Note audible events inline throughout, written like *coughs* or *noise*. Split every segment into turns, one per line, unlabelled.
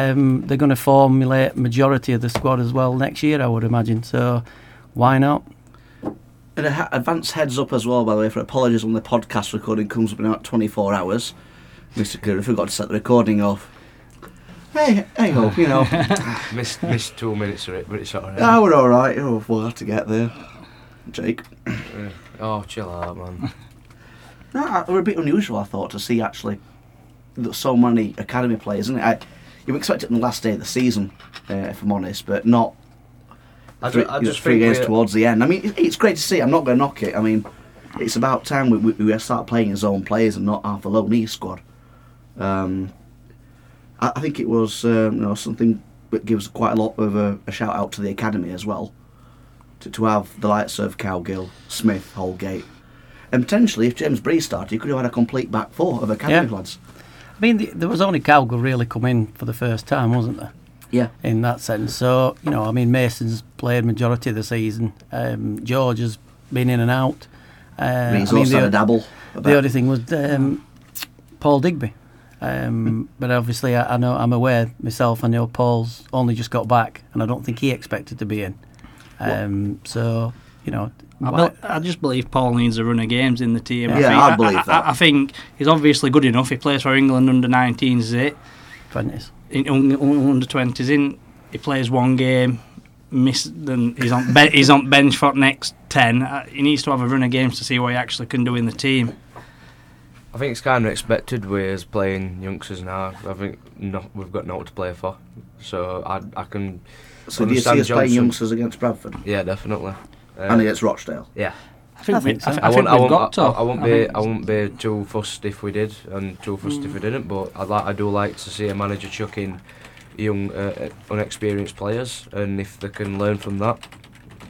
Um, they're going to formulate majority of the squad as well next year, I would imagine. So why not?
An a- advance heads up as well, by the way, for apologies when the podcast recording comes up in about 24 hours. Mr. Curry forgot to set the recording off. Hey, hey, oh, you know. *laughs*
missed missed two minutes of it, but it's alright.
Ah, we're alright. Oh, we'll have to get there. Jake.
Oh, chill
*laughs*
out, man.
No, I- we're a bit unusual, I thought, to see actually that so many academy players, isn't it? I, you would expect it on the last day of the season, uh, if I'm honest, but not
I ju-
three,
I just
three
think
games
we're-
towards the end. I mean, it- it's great to see. I'm not going to knock it. I mean, it's about time we, we, we start playing as own players and not half a low knee squad. Um, I, I think it was um, you know something that gives quite a lot of a, a shout out to the academy as well. To, to have the likes of Cowgill, Smith, Holgate, and potentially if James Bree started, you could have had a complete back four of academy
Yeah.
lads.
I mean, th there was only Calgary really come in for the first time, wasn't there?
Yeah,
in that sense. So you know, I mean, Mason's played majority of the season. Um, George has been in and out. Uh,
I mean, he's
I mean,
also had
the,
a dabble. a
the
bit.
only thing was um, Paul Digby,
Hmm.
um, but obviously I, I know I'm aware myself. I know Paul's only just got back, and I don't think he expected to be in. Um, so you know,
I,
why-
bel I just believe Paul needs a run of games in the team.
Yeah,
think,
I believe that.
I, I think he's obviously good enough. He plays for England under 19s, is it?
apprentice.
In, un, un- under 20s, in he plays one game, miss then he's on be- he's on bench for next 10. Uh, He needs to have a run of games to see what he actually can do in the team.
I think it's kind of expected with us playing youngsters now. I think no, we've got naught to play for, so I I can
so do you see us
understand
playing
Johnson.
youngsters against Bradford
yeah definitely. Uh,
and against Rochdale?
yeah,
I think,
I
we-
think so.
I, th-
I,
I think
won't. I won't.
we've got to.
I, I won't be.
think-
I won't be too fussed if we did, and too fussed
Mm.
if we didn't. But I like. I do like to see a manager chuck in young, uh, uh, unexperienced players, and if they can learn from that,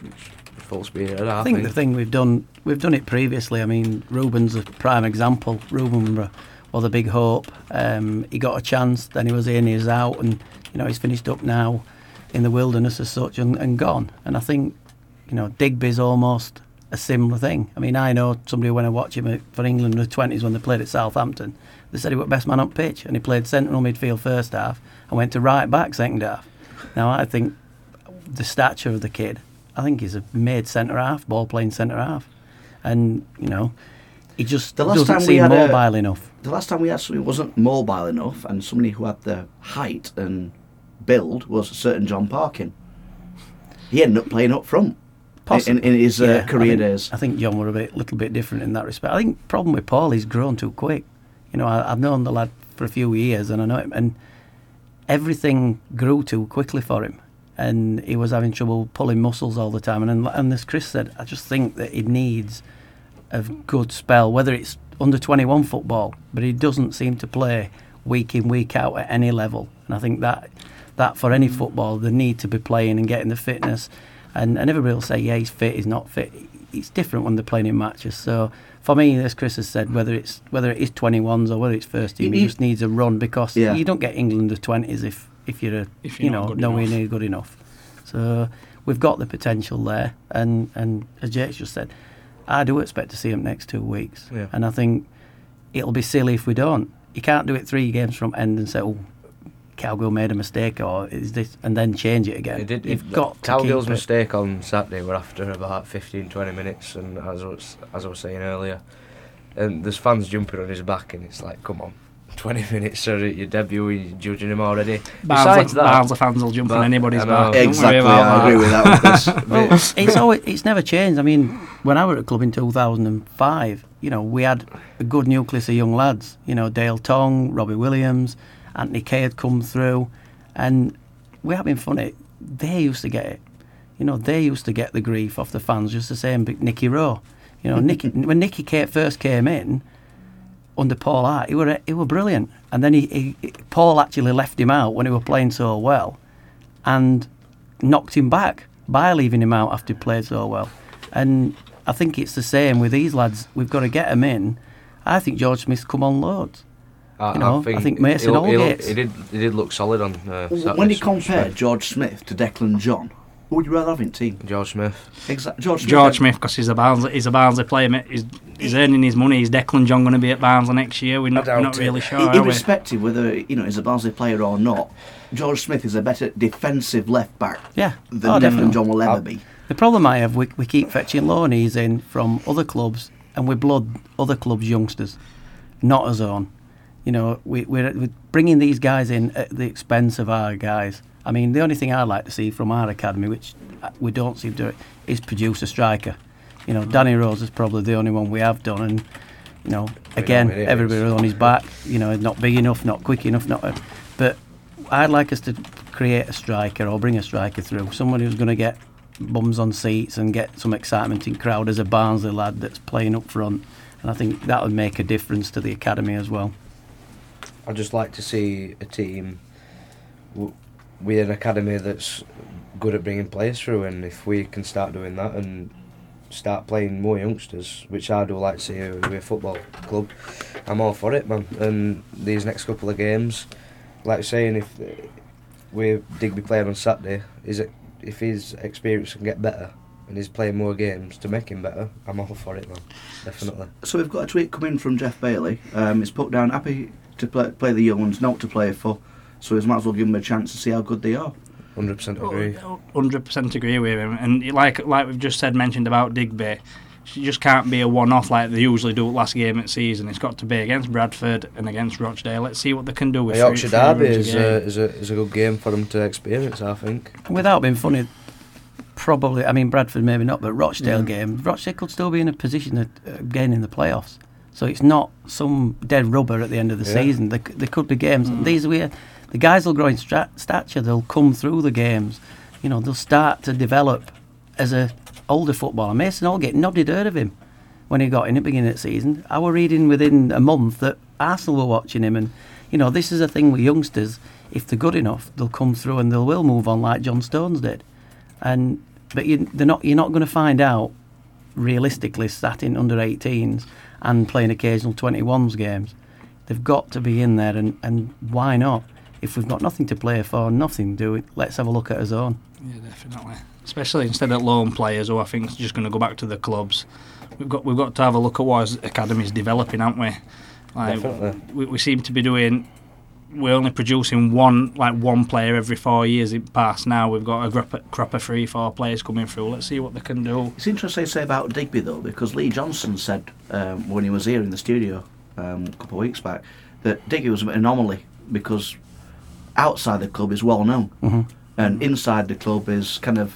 it's full speed ahead. I,
I think,
think.
the thing we've done we've done it previously. I mean, Ruben's a prime example. Ruben were, were the big hope. Um, he got a chance, then he was in, he was out, and you know he's finished up now in the wilderness as such and, and gone. And I think you know Digby's almost a similar thing. I mean, I know somebody when I watch him at- for England in the twenties when they played at Southampton, they said he was best man on pitch, and he played central midfield first half and went to right back second half. Now I think the stature of the kid. I think he's a made centre half, ball playing centre half, and you know, he just
The last
doesn't
time we
seem
had a-
mobile enough.
The last time we had somebody who wasn't mobile enough and somebody who had the height and build was a certain John Parkin. He ended up playing up front in,
Possibly.
in his
Yeah,
uh, career
I think,
days.
I think John were a bit, little bit different in that respect. I think the problem with Paul, he's grown too quick. You know, I, I've known the lad for a few years, and I know him, and everything grew too quickly for him, and he was having trouble pulling muscles all the time. And and as Chris said, I just think that he needs a good spell, whether it's under 21 football, but he doesn't seem to play week in, week out at any level. And I think that that for any football, the need to be playing and getting the fitness. And, and everybody will say, yeah, he's fit, he's not fit. It's different when they're playing in matches. So for me, as Chris has said, whether it's whether it is 21s or whether it's first team, he
need-
just needs a run because
Yeah.
you don't get England of 20s if, if you're, a,
If
you
you're
know,
not good
nowhere
enough.
near good enough. So we've got the potential there, and and as Jake's just said, I do expect to see him next two weeks,
Yeah.
and I think it'll be silly if we don't. You can't do it three games from end and say, "Oh, Calgill made a mistake," or "Is this?" and then change it again.
It did,
You've
it-
got to
Calgill's
keep it.
mistake on Saturday were after about 15, 20 minutes, and as I was, as I was saying earlier, and there's fans jumping on his back, and it's like, come on, *laughs* 20 minutes, sir, at your debut, and you're judging him already.
Barnsley,
Besides that,
Barnsley fans will jump
But-
on anybody's
I know.
back. Don't worry
Exactly,
about
I
that.
agree with that. One, Chris.
Well, it's always it's never changed. I mean, when I were at the club in 2005, you know, we had a good nucleus of young lads. You know, Dale Tong, Robbie Williams, Anthony Kay had come through, and we're having fun. It they used to get it. You know, they used to get the grief off the fans just the same. But Nicky Rowe, you know, Nicky *laughs* when Nicky Kay first came in, under Paul Hart, he were he were brilliant. And then he, he, he- Paul actually left him out when he were playing so well, and knocked him back by leaving him out after he played so well. And I think it's the same with these lads. We've got to get them in. I think George Smith's come on loads.
I,
you know, I think Mason
he, look- he, look-
Holgate's-
he did, he did look solid on uh, Saturday.
when you compare George Smith to Declan John, Who would you rather have in team?
George Smith.
Exactly. George. Smith.
George Smith because he's a Barnsley, he's a Barnsley player. Mate. He's he's earning his money. Is Declan John going to be at Barnsley next year? We're not,
I
we're not
doubt it.
really sure,
I-
are we?
irrespective whether you know he's a Barnsley player or not, George Smith is a better defensive left back
Yeah.
than
oh,
Declan
definitely.
John will ever
I'll-
be.
The problem I have, we, we keep fetching loanees in from other clubs, and we blood other clubs' youngsters, not us own. You know, we, we're, we're bringing these guys in at the expense of our guys. I mean, the only thing I like to see from our academy, which uh, we don't seem to, is produce a striker. You know, Danny Rose is probably the only one we have done, and you know, again,
where he is.
everybody on his back. You know, not big enough, not quick enough, not. uh, but I'd like us to create a striker or bring a striker through, someone who's going to get bums on seats and get some excitement in crowd as a Barnsley lad that's playing up front. And I think that would make a difference to the academy as well.
I'd just like to see a team w- with an academy that's good at bringing players through, and if we can start doing that and start playing more youngsters, which I do like to see with a football club, I'm all for it, man. And these next couple of games, like I'm saying, if uh, we Digby playing on Saturday, is it if his experience can get better and he's playing more games to make him better, I'm all for it, man. Definitely.
So we've got a tweet coming from Jeff Bailey. Um, it's put down happy to play, play the young ones, not to play for. So we might as well give them a chance to see how good they are.
100% agree.
Hundred percent agree with him, and it- like like we've just said mentioned about Digby, she just can't be a one-off like they usually do at last game at season. It's got to be against Bradford and against Rochdale. Let's see what they can do with
The
three-
Yorkshire
three
Derby
runs a
is uh,
game.
a, is, a, is a good game for them to experience, I think.
Without being funny, probably, I mean, Bradford maybe not, but Rochdale game, Rochdale could still be in a position of uh, gaining the playoffs. So it's not some dead rubber at the end of the
Yeah.
season. There, c- there could be games. These are where the guys will grow in stra- stature. They'll come through the games. You know, they'll start to develop as a older footballer. Mason Allgate, nobody heard of him when he got in at the beginning of the season. I were reading within a month that Arsenal were watching him, and you know, this is a thing with youngsters. If they're good enough, they'll come through and they will move on like John Stones did and but you, they're not you're not going to find out realistically sat in under 18s and playing occasional 21s games they've got to be in there and, and why not if we've got nothing to play for nothing to do let's have a look at our zone
Yeah, definitely. Especially instead of loan players, who I think is just going to go back to the clubs. We've got we've got to have a look at what his academy's developing, haven't we? Like,
Definitely.
we, we seem to be doing. We're only producing one like one player every four years. It passed now. We've got a crop of, crop of three, four players coming through. Let's see what they can do.
It's interesting to say about Digby though, because Lee Johnson said um, when he was here in the studio um, a couple of weeks back that Digby was an anomaly because outside the club is well known,
Mm-hmm.
and inside the club is kind of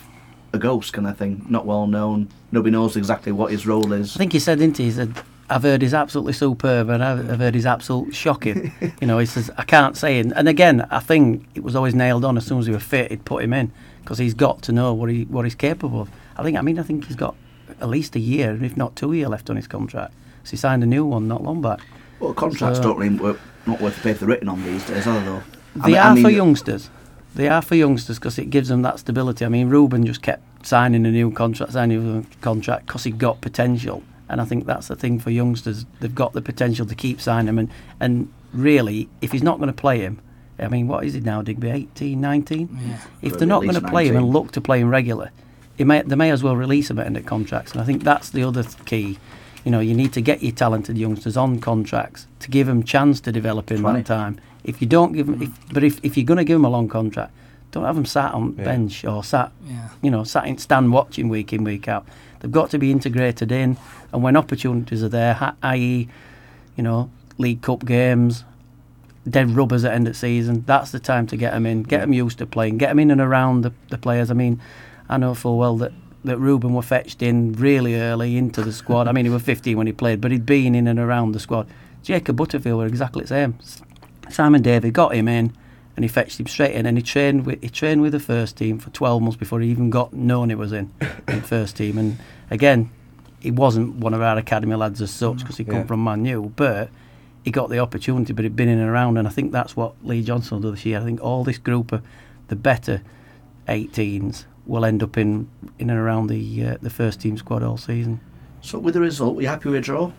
a ghost kind of thing, not well known. Nobody knows exactly what his role is.
I think he said, didn't he? He said, I've heard he's absolutely superb and I've, I've heard he's absolutely shocking. you know, he says, I can't say it. And again, I think it was always nailed on as soon as he was fit, he'd put him in because he's got to know what, he, what he's capable of. I think, I mean, I think he's got at least a year, if not two year left on his contract. So he signed a new one not long back.
Well, contracts
So-
don't really work, not worth the paper written on these days, are they? Though I
They
mean- I
are for
mean-
youngsters. They are for youngsters because it gives them that stability. I mean, Ruben just kept signing a new contract, signing a new contract because he got potential. And I think that's the thing for youngsters. They've got the potential to keep signing him. And, and really, if he's not going to play him, I mean, what is he now, Digby? 18, 19?
Yeah.
If they're
At
not
least
going to play him and
19.
look to play him regular, he may, they may as well release him at end of contracts. And I think that's the other th- key. You know, you need to get your talented youngsters on contracts to give them chance to develop in
Funny.
that time. If you don't give them, if, but if, if you're going to give them a long contract, don't have them sat on
Yeah.
bench or sat,
Yeah.
you know, sat in stand watching week in week out. They've got to be integrated in, and when opportunities are there, ha- i.e., you know, League Cup games, dead rubbers at end of season. That's the time to get them in, get them used to playing, get them in and around the, the players. I mean, I know full well that that Ruben were fetched in really early into the squad. I mean, he was 15 when he played, but he'd been in and around the squad. Jacob Butterfield were exactly the same. S- Simon Davey got him in, and he fetched him straight in, and he trained with he trained with the first team for 12 months before he even got known he was in in first team. And again, he wasn't one of our academy lads as such because he come
Yeah.
from Man U, but he got the opportunity, but he'd been in and around, and I think that's what Lee Johnson will do this year. I think all this group of the better 18s will end up in in and around the uh, the first team squad all season.
So with the result, we happy with a draw?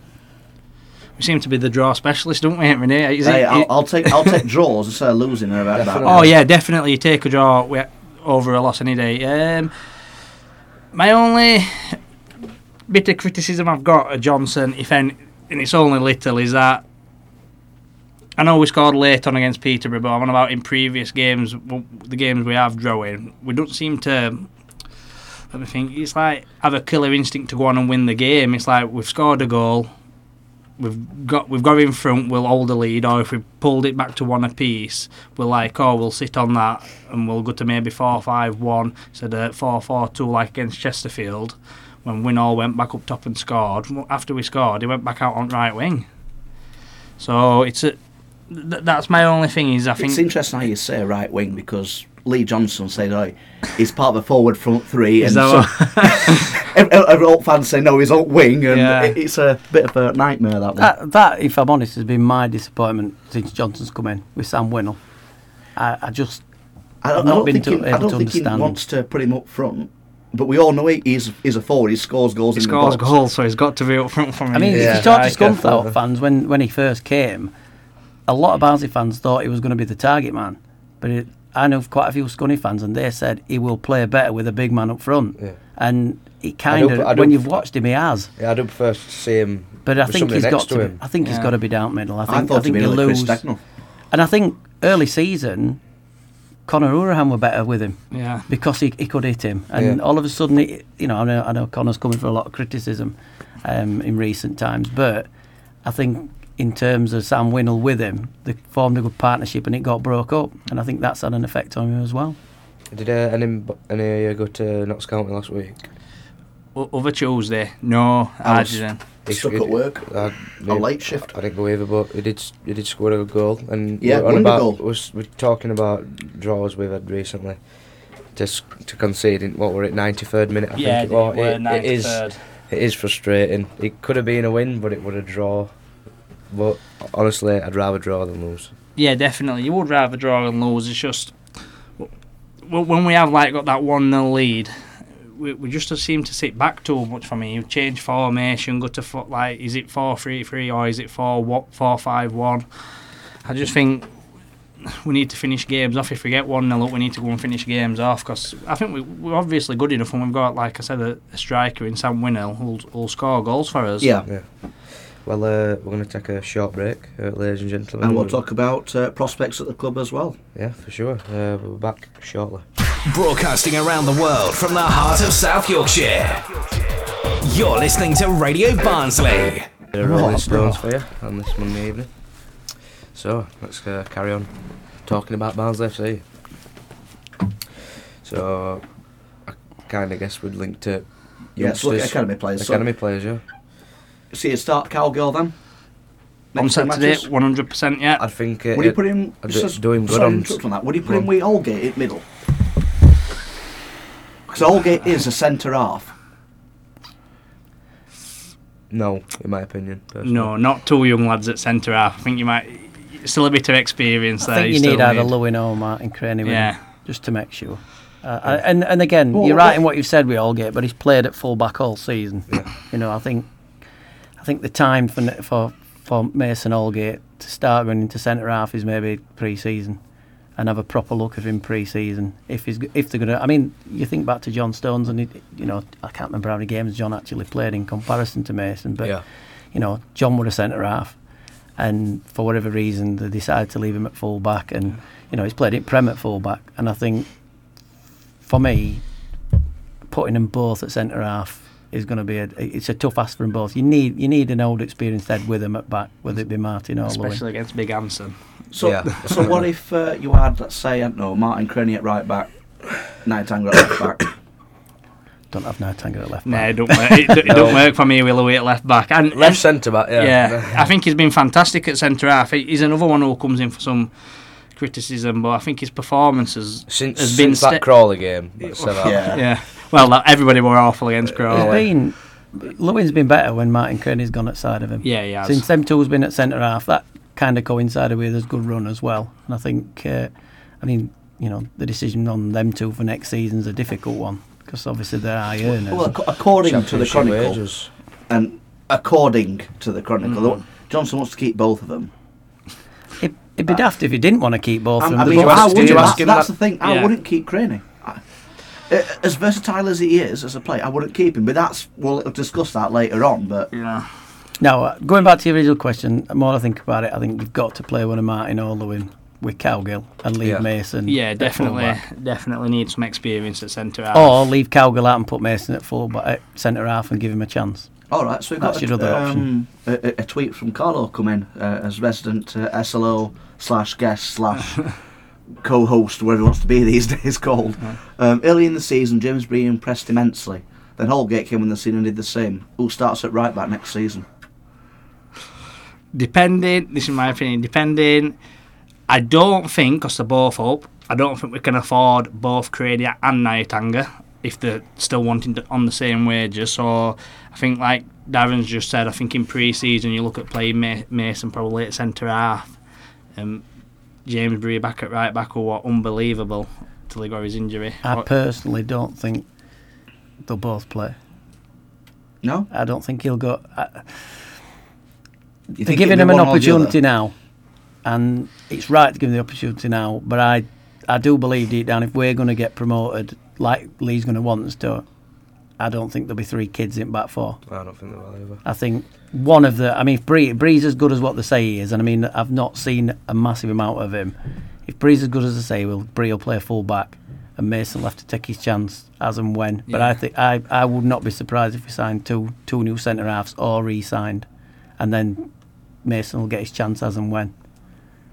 We seem to be the draw specialist, don't we, Renee? Is
Hey,
it-
I'll,
it-
I'll take I'll take draws instead of losing. They're about that.
Definitely.
Oh yeah, definitely. You take a draw. We, over a loss any day. Um, my only bit of criticism I've got of Johnson, if any, and it's only little, is that I know we scored late on against Peterborough, but I'm on about in previous games, w- the games we have drawing, we don't seem to. Let me think. It's like have a killer instinct to go on and win the game. It's like we've scored a goal, we've got we've got in front, we'll hold the lead, or if we pulled it back to one apiece, we're like, oh, we'll sit on that and we'll go to maybe four five one instead of four four two like against Chesterfield, when Winall went back up top and scored. Well, After we scored, he went back out on right wing. So it's a. Th- that's my only thing is I think
It's interesting how you say right wing because Lee Johnson said, "Oh, he's part of the forward front three,
Is
and
that
so, *laughs* every, every Old fan say, "No, he's alt wing," and
Yeah. Uh,
it- it's a bit of a nightmare that one.
That, that, if I'm honest, has been my disappointment since Johnson's come in with Sam Winnell. I, I just,
I don't,
I've
I
not
don't
been
think,
to-
he, I
able
don't
to
think he
understand.
wants to put him up front, but we all know he, he's, he's a forward. He scores goals.
he
in
scores
the box.
goals, so he's got to be up front for me.
I mean,
Yeah,
if you talk
I
to
get
Scunthorpe
that.
fans when, when he first came, a lot of Barnsley fans thought he was going to be the target man. But it, I know quite a few Scunny fans, and they said he will play better with a big man up front.
Yeah.
And he kind
I
of,
don't-
when you've watched him, he has.
Yeah, I do prefer to see him.
But I
with
think
somebody
he's
next
got to.
him.
be- I think he's
Yeah.
got to be down middle. I think.
I
I
thought he'd
think
be
you
like Chris
lose.
Stagnall.
And I think early season, Conor Urahan were better with him
yeah.
because he, he could hit him. And
Yeah.
all of a sudden, it, you know, I know, I know Connor's coming for a lot of criticism um, in recent times, but I think in terms of Sam Winnell with him, they formed a good partnership and it got broke up. And I think that's had an effect on him as well.
Did uh, any any of you go to Knox County last week?
O- Other Tuesday, no
I was-
Arjun.
Stuck
He-
at work.
I,
A late shift.
I didn't believe it, but he did. He did score a goal, and
Yeah,
we're on
wonder
about
goal.
was we're talking about draws we've had recently. Just to concede in what we're at ninety third minute. I
Yeah,
think it, was.
they were
It- it is.
93rd.
It is frustrating. It could have been a win, but it would have draw. But honestly, I'd rather draw than lose.
Yeah, definitely. You would rather draw and lose. It's just w- w- when we have like got that one 0 lead, we, we just seem to sit back too much for me. You change formation, go to fo- like is it four three three or is it four what four five one? I just think we need to finish games off. If we get one 0 up, we need to go and finish games off because I think we, we're obviously good enough, and we've got like I said a, a striker in Sam Winnell who'll, who'll score goals for us.
Yeah,
Well, uh, we're going to take a short break, uh, ladies and gentlemen.
and
Mm.
we'll talk about uh, prospects at the club as well.
Yeah, for sure. Uh, we'll be back shortly.
Broadcasting around the world from the heart of South Yorkshire. You're listening to Radio Barnsley.
The Rolling Stones for you on this Monday evening. So let's uh, carry on talking about Barnsley FC. So I kind of guess we'd link to
Yeah, let's look at
youngsters-
academy players. So,
academy players. Yeah,
see you start cowgirl then.
on
Next two
Saturday,
matches.
one hundred percent. Yeah,
I think uh, it,
Would you put him?
I'd
just
do-
as-
do him good
sorry to
on-
interrupt on that. Would you put
on.
him with Holgate at middle? Because Holgate is a centre half.
no, in my opinion. Personally.
No, not two young lads at centre half. I think you might still a bit of experience
I
there.
think you need
still
either Lewin or Martin Craney with
Yeah.
him, just to make sure. Uh, I- and and again,
Well,
you're right in
what-
what you've said. We all get, but he's played at full back all season. You know, I think I think the time for n- for for Mason Allgate to start running to centre half is maybe pre-season, and have a proper look at him pre-season. If he's g- if they're gonna, I mean, you think back to John Stones, and he, you know, I can't remember how many games John actually played in comparison to Mason, but
Yeah.
you know, John were a centre half, and for whatever reason they decided to leave him at full back, and you know he's played it prem at full back, and I think for me, putting them both at centre half is going to be a it's a tough ask for them both. You need you need an old experienced head with them at back, whether it be Martin or Lewin.
especially against Big Anson.
So,
Yeah.
*laughs* so what if uh, you had, let's say, I don't know, Martin Craney at right back, Nightingale at left
*coughs*
back?
Don't have Nightingale at left
Nah,
back.
it don't work. It, it don't work for me. with Louis at left back and
left centre back. Yeah,
and- yeah, I think he's been fantastic at centre half. He- He's another one who comes in for some criticism, but I think his performances
*laughs* Since,
has
since
been
that
ste-
Crawley game, let's say that.
Yeah.
yeah. Well, that- everybody were awful against Crowley.
He's been Lewin's been better when Martin Kearney's gone at side of him.
Yeah, he has.
Since them two's been at centre half, that kind of coincided with his good run as well. And I think, uh, I mean, you know, the decision on them two for next season's a difficult one because obviously they're high earners.
Well, ac- according to the
Championship
Chronicle,
wages. Mm-hmm.
and according to the Chronicle, Johnson wants to keep both of them.
it, would be daft if he didn't want to keep both of
I'm-
them.
I
They're
mean,
both
I
ask- did
wouldn't.
you
That's,
ask him
that's
that?
the thing. I
Yeah.
wouldn't keep Craney. I, uh, as versatile as he is as a player, I wouldn't keep him. But that's we'll discuss that later on. But
Yeah.
Now, uh, going back to your original question, the more I think about it, I think you've got to play one of Martin or Lewin with Cowgill and leave
Yeah.
Mason.
Yeah,
at
definitely,
fullback.
definitely need some experience at centre half.
Or leave Cowgill out and put Mason at full at centre half and give him a chance.
all right, so we've got
That's
a,
your other
um, a, a a tweet from Carlo come in uh, as resident uh, SLO slash guest
*laughs*
slash co-host, whatever he wants to be these *laughs* days called. Um, early in the season, James Breen impressed immensely. Then Holgate came on the scene and did the same. Who starts at right back next season?
depending, this is my opinion, depending, I don't think, because they're both up, I don't think we can afford both Cradia and Nightanger if they're still wanting to, on the same wages. So I think, like Darren's just said, I think in pre season you look at playing Ma- Mason probably at centre half. Um, James Bree back at right back were unbelievable till he got his injury.
I
Or-
personally don't think they'll both play.
No,
I don't think he'll go. I,
you
They're
think
giving
it'd
him
be
an
one or the
opportunity
other?
now, and it's right to give him the opportunity now. But I, I do believe deep down, if we're going to get promoted, like Lee's going to want us to, I don't think there'll be three kids in back four.
I don't think they will either.
I think one of the. I mean, if Bree, Bree's as good as what they say he is, and I mean, I've not seen a massive amount of him. If Bree's as good as they say, will Bree will play full back, and Mason will have to take his chance as and when. But
Yeah.
I think I, I would not be surprised if we signed two two new centre halves or re-signed, and then Mason will get his chance as and when.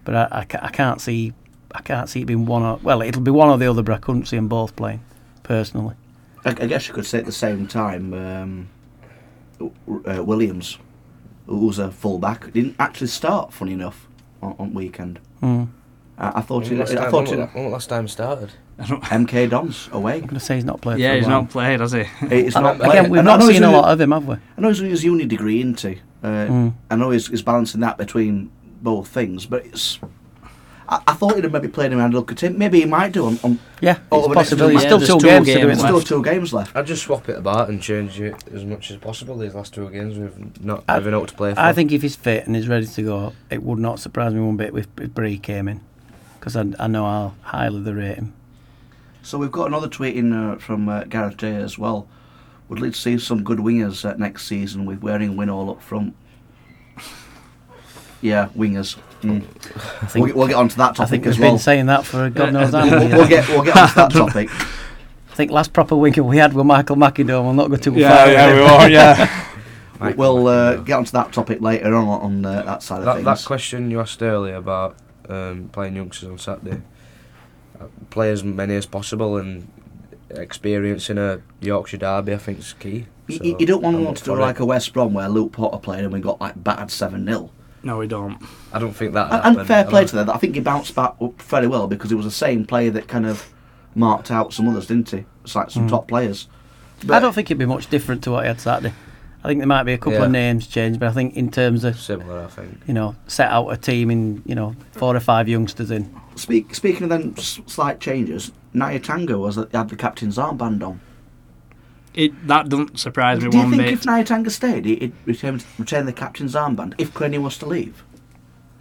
But I, I, ca- I can't see I can't see it being one or well, it'll be one or the other, but I couldn't see them both playing personally.
I, I guess you could say at the same time, um, w- uh, Williams, who was a fullback, didn't actually start. Funny enough, on, on weekend,
Mm.
I, I thought
When
it,
was last
I
time-
thought
when
it,
was- when was last time started?
I don't-
MK Dons away.
*laughs* I'm going to say he's not played.
yeah,
for a
he's
while.
not played, has he?
It's not
Again,
playing.
we've
And I
not
know
seen
he's
a
in-
lot of Mm. him, have we?
I know he's on his uni degree, isn't he? Uh, I know he's, he's balancing that between both things, but it's. I, I thought he'd have maybe played him and look at him. Maybe he might do on. on
Yeah,
Oh,
it's
well,
a
next
possibility.
week,
Still
yeah,
two
there's two
games to do it.
games
now.
still
left.
two games left.
I'd just swap it about and change it as much as possible these last two games with not
I-
having out to play for.
I think if he's fit and he's ready to go, it would not surprise me one bit if, if Bree came in, because I, I know how highly they rate him.
So we've got another tweet in uh, from uh, Gareth Day as well. Would like to see some good wingers uh, next season with Waring win all up front. Yeah, wingers. Mm.
I think,
We'll, get- we'll get onto that
I
topic
think
as
we've
well.
been saying that for God knows
*laughs*
how
We'll,
many
we'll
years.
get we'll
*laughs*
get onto that topic.
I think last proper winger we had was Michael McIndoe. We'll not go too
yeah,
far.
*laughs*
yeah, we are, yeah.
Might
We'll
come
uh,
back
get onto that topic later on on uh, that side of
that,
things.
that question you asked earlier about um, playing youngsters on Saturday, uh, play as many as possible and experiencing a Yorkshire derby, I think, is key.
You-
So
you, you don't want
I'm
to want
up
to do
for
like
it.
a West Brom where Luke Potter played and we got like battered 7 0.
No, we don't.
I don't think
Uh,
that.
And, and
happened.
fair
I
play
don't-
to them, I think he bounced back up fairly well because he was the same player that kind of marked out some others, didn't he? It's like some top players.
Hmm. I don't think it'd be much different to what he had Saturday. I think there might be a couple
Yeah.
of names changed, but I think in terms of
Similar, I think.
you know set out a team in you know four or five youngsters in.
Speak, speaking of then s- slight changes, Naya Tango was, had the captain's armband on.
It, that doesn't surprise me
Do you
one
think
bit.
if Naya Tango stayed, he'd retain, retain the captain's armband if Craney was to leave?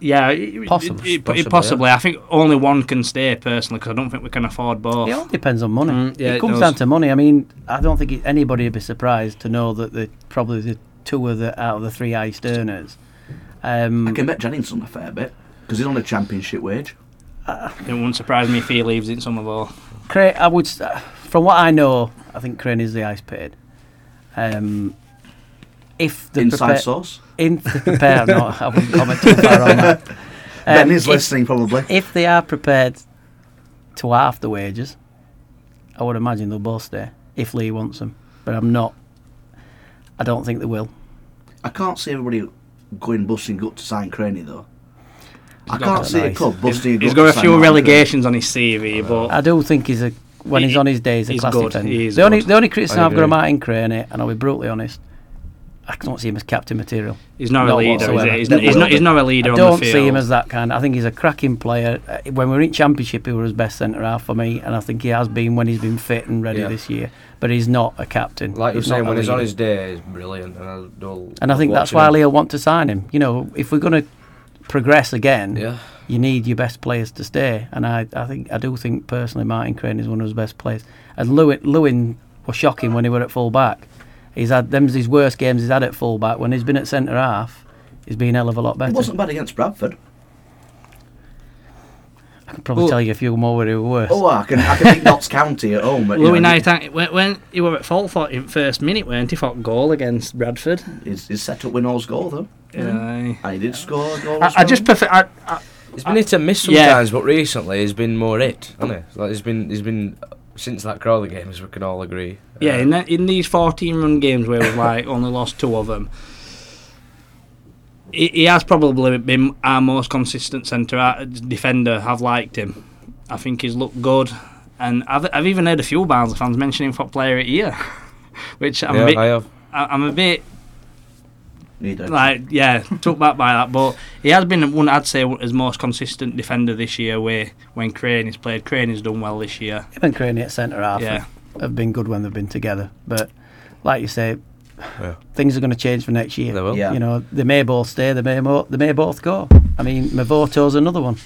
Yeah, it,
Possible.
It, it,
Possible,
possibly. I think only one can stay personally because I don't think we can afford both.
It all depends on money.
Mm, yeah,
it
it
comes
does.
down to money. I mean, I don't think it, anybody would be surprised to know that the probably the two of the out of the three highest earners. Um,
I can bet Jennings on a fair bit because he's on a championship wage.
It wouldn't surprise me if he leaves in summer though.
Cra- I would, s- uh, from what I know, I think Crane is the ice paid. Um, if the
Inside source.
if they prepare, no,
*laughs*
I wouldn't comment too far on that. Um,
ben is
if-
listening probably.
if they are prepared to half the wages, I would imagine they'll both stay if Lee wants them. But I'm not. I don't think they will.
I can't see everybody going busting up to sign Craney though. I
got
can't
that
see a
nice.
club busting.
He's
up
got
to
a
sign
few
Martin
relegations on his CV, but
I do think he's a when
He-
he's on his day, he's a
he's
class
good.
defender.
He is
The only
good.
the only criticism
I
I've got of
agree.
Martin Craney, and I'll be brutally honest, I don't see him as captain material.
he's not,
Not
a leader. Is
whatsoever.
he? He's, not, he's,
Well,
not, he's not a leader
I
on
don't
the field.
see him as that kind. I think he's a cracking player. Uh, When we were in Championship, he was his best centre half for me, and I think he has been when he's been fit and ready
Yeah.
this year. But he's not a captain.
Like you're
He's not
saying,
a
when he's on
leader.
his day, he's brilliant, and I do
And I think that's why Leo want to sign him. You know, if we're going to progress again,
Yeah,
you need your best players to stay. And I, I think I do think personally Martin Crane is one of his best players. And Lewin, Lewin was shocking when he were at full back. He's had them's his worst games he's had at full back. When he's been at centre half, he's been a hell of a lot better.
It wasn't bad against Bradford.
I could probably
Well-
tell you a few more where he were worse.
Oh, I can I can think Notts County at home. But, you
Louis
know,
Knight, when, when he were at fault for in first minute, weren't he? Fought goal against Bradford.
his, his setup Winnall's goal though,
Aye.
and he did score a goal.
I,
as
I
well.
just prefer. I, I,
He's been hit and miss
Yeah.
sometimes, but recently he's been more hit, hasn't he? Like he's been, he's been since that Crawley game, as we can all agree.
yeah,
Uh,
in, that, in these 14 run games where we've like *laughs* only lost two of them, he, he has probably been our most consistent centre uh, defender. Have liked him. I think he's looked good, and I've, I've even heard a few Barnsley fans mentioning for player of the year, *laughs* which I'm
yeah,
a bit,
I *laughs* have.
I- I'm a bit
Need a-
like yeah, took back by that. But he has been one I'd say as most consistent defender this year. Where when Crane has played, Crane has done well this year.
Him and Craney at centre half
Yeah.
have, have been good when they've been together. But like you say,
Yeah.
things are going to change for next year.
They will.
Yeah.
You know, they may both stay, they may mo- they may both go. I mean, Mavoto's another one.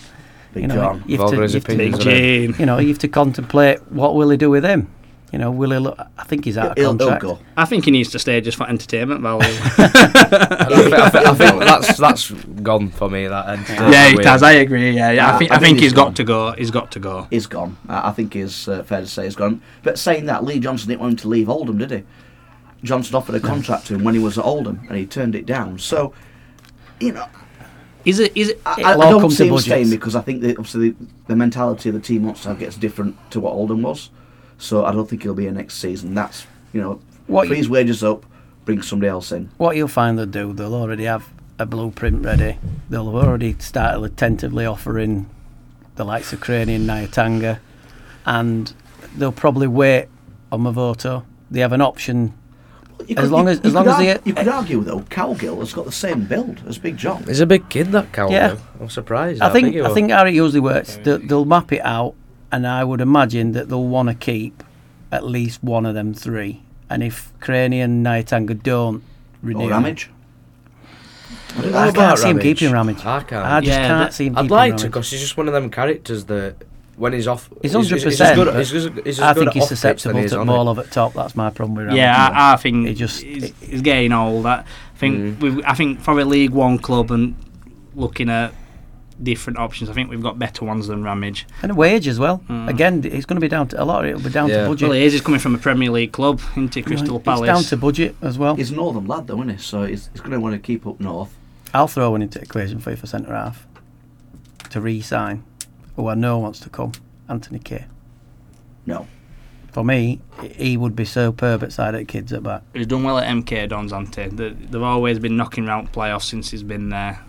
Big
you know,
John.
You have, to,
Valverde is
you, have to-
opinions
Big
He's
Jane.
you know, you have to contemplate what will he do with him. You know, will he? Look, I think he's out of
He'll, he'll
contract.
go.
I think he needs to stay just for entertainment value.
I think, I think- I think that's that's gone for me. That end.
yeah, he does. I agree. Yeah, yeah. I
Yeah,
think
I
I
think
think
he's
he's got
gone.
to go. He's got to go.
He's gone. I, I think it's uh, fair to say he's gone. But saying that, Lee Johnson didn't want him to leave Oldham, did he? Johnson offered a contract to him when he was at Oldham, and he turned it down. So, you know,
Is it? Is it?
I,
It'll
I
all
don't
come to
see him
budgets.
staying because I think that obviously the, the mentality of the team wants to have gets different to what Oldham was. So I don't think he'll be here next season. That's you know,
What
freeze wages up, bring somebody else in.
What you'll find they'll do, they'll already have a blueprint ready. They'll have already started attentively offering the likes of Craney and Nyatanga, and they'll probably wait on Mavoto. They have an option.
You
As long as- as long
could
as they-
argue, you could argue though, Cowgill has got the same build as Big John.
He's a big kid, that cow.
Yeah.
Yeah. I'm surprised.
I think
he
I
was.
think how it usually works, they'll, they'll map it out, and I would imagine that they'll want to keep at least one of them three. And if Craney and Nyatanga don't renew,
Or Ramage.
don't know
I
about Ah,
can't see him
Ramage.
keeping Ramage.
I can't.
I just
Yeah,
can't
but
see him
I'd
keeping
like
Ramage.
to because he's just one of them characters that when he's off,
He's
he's-
100%.
He's, as good-
but
he's as- he's as
I
good
think
at
he's
off-pitch than he
susceptible
is
to
on it.
more of at top. That's my problem with Ramage.
Yeah, I, I think
It just-
he's,
it-
he's getting old. I think we I think for a League One club and looking at different options, I think we've got better ones than Ramage.
And a wage as well. Again, it's going to be down to a lot. of It'll be down
Yeah.
to budget.
Well, he is. He's coming from a Premier League club into Crystal
it's
Palace.
down to budget as well.
He's a northern lad though, isn't he? So he's, he's going to want to keep up north.
I'll throw one into the equation for you for centre half to re-sign, who I know wants to come, Anthony Kerr.
No.
For me, he- he would be superb at side at kids at back.
He's done well at MK Dons, Ante. They've always been knocking round playoffs since he's been there.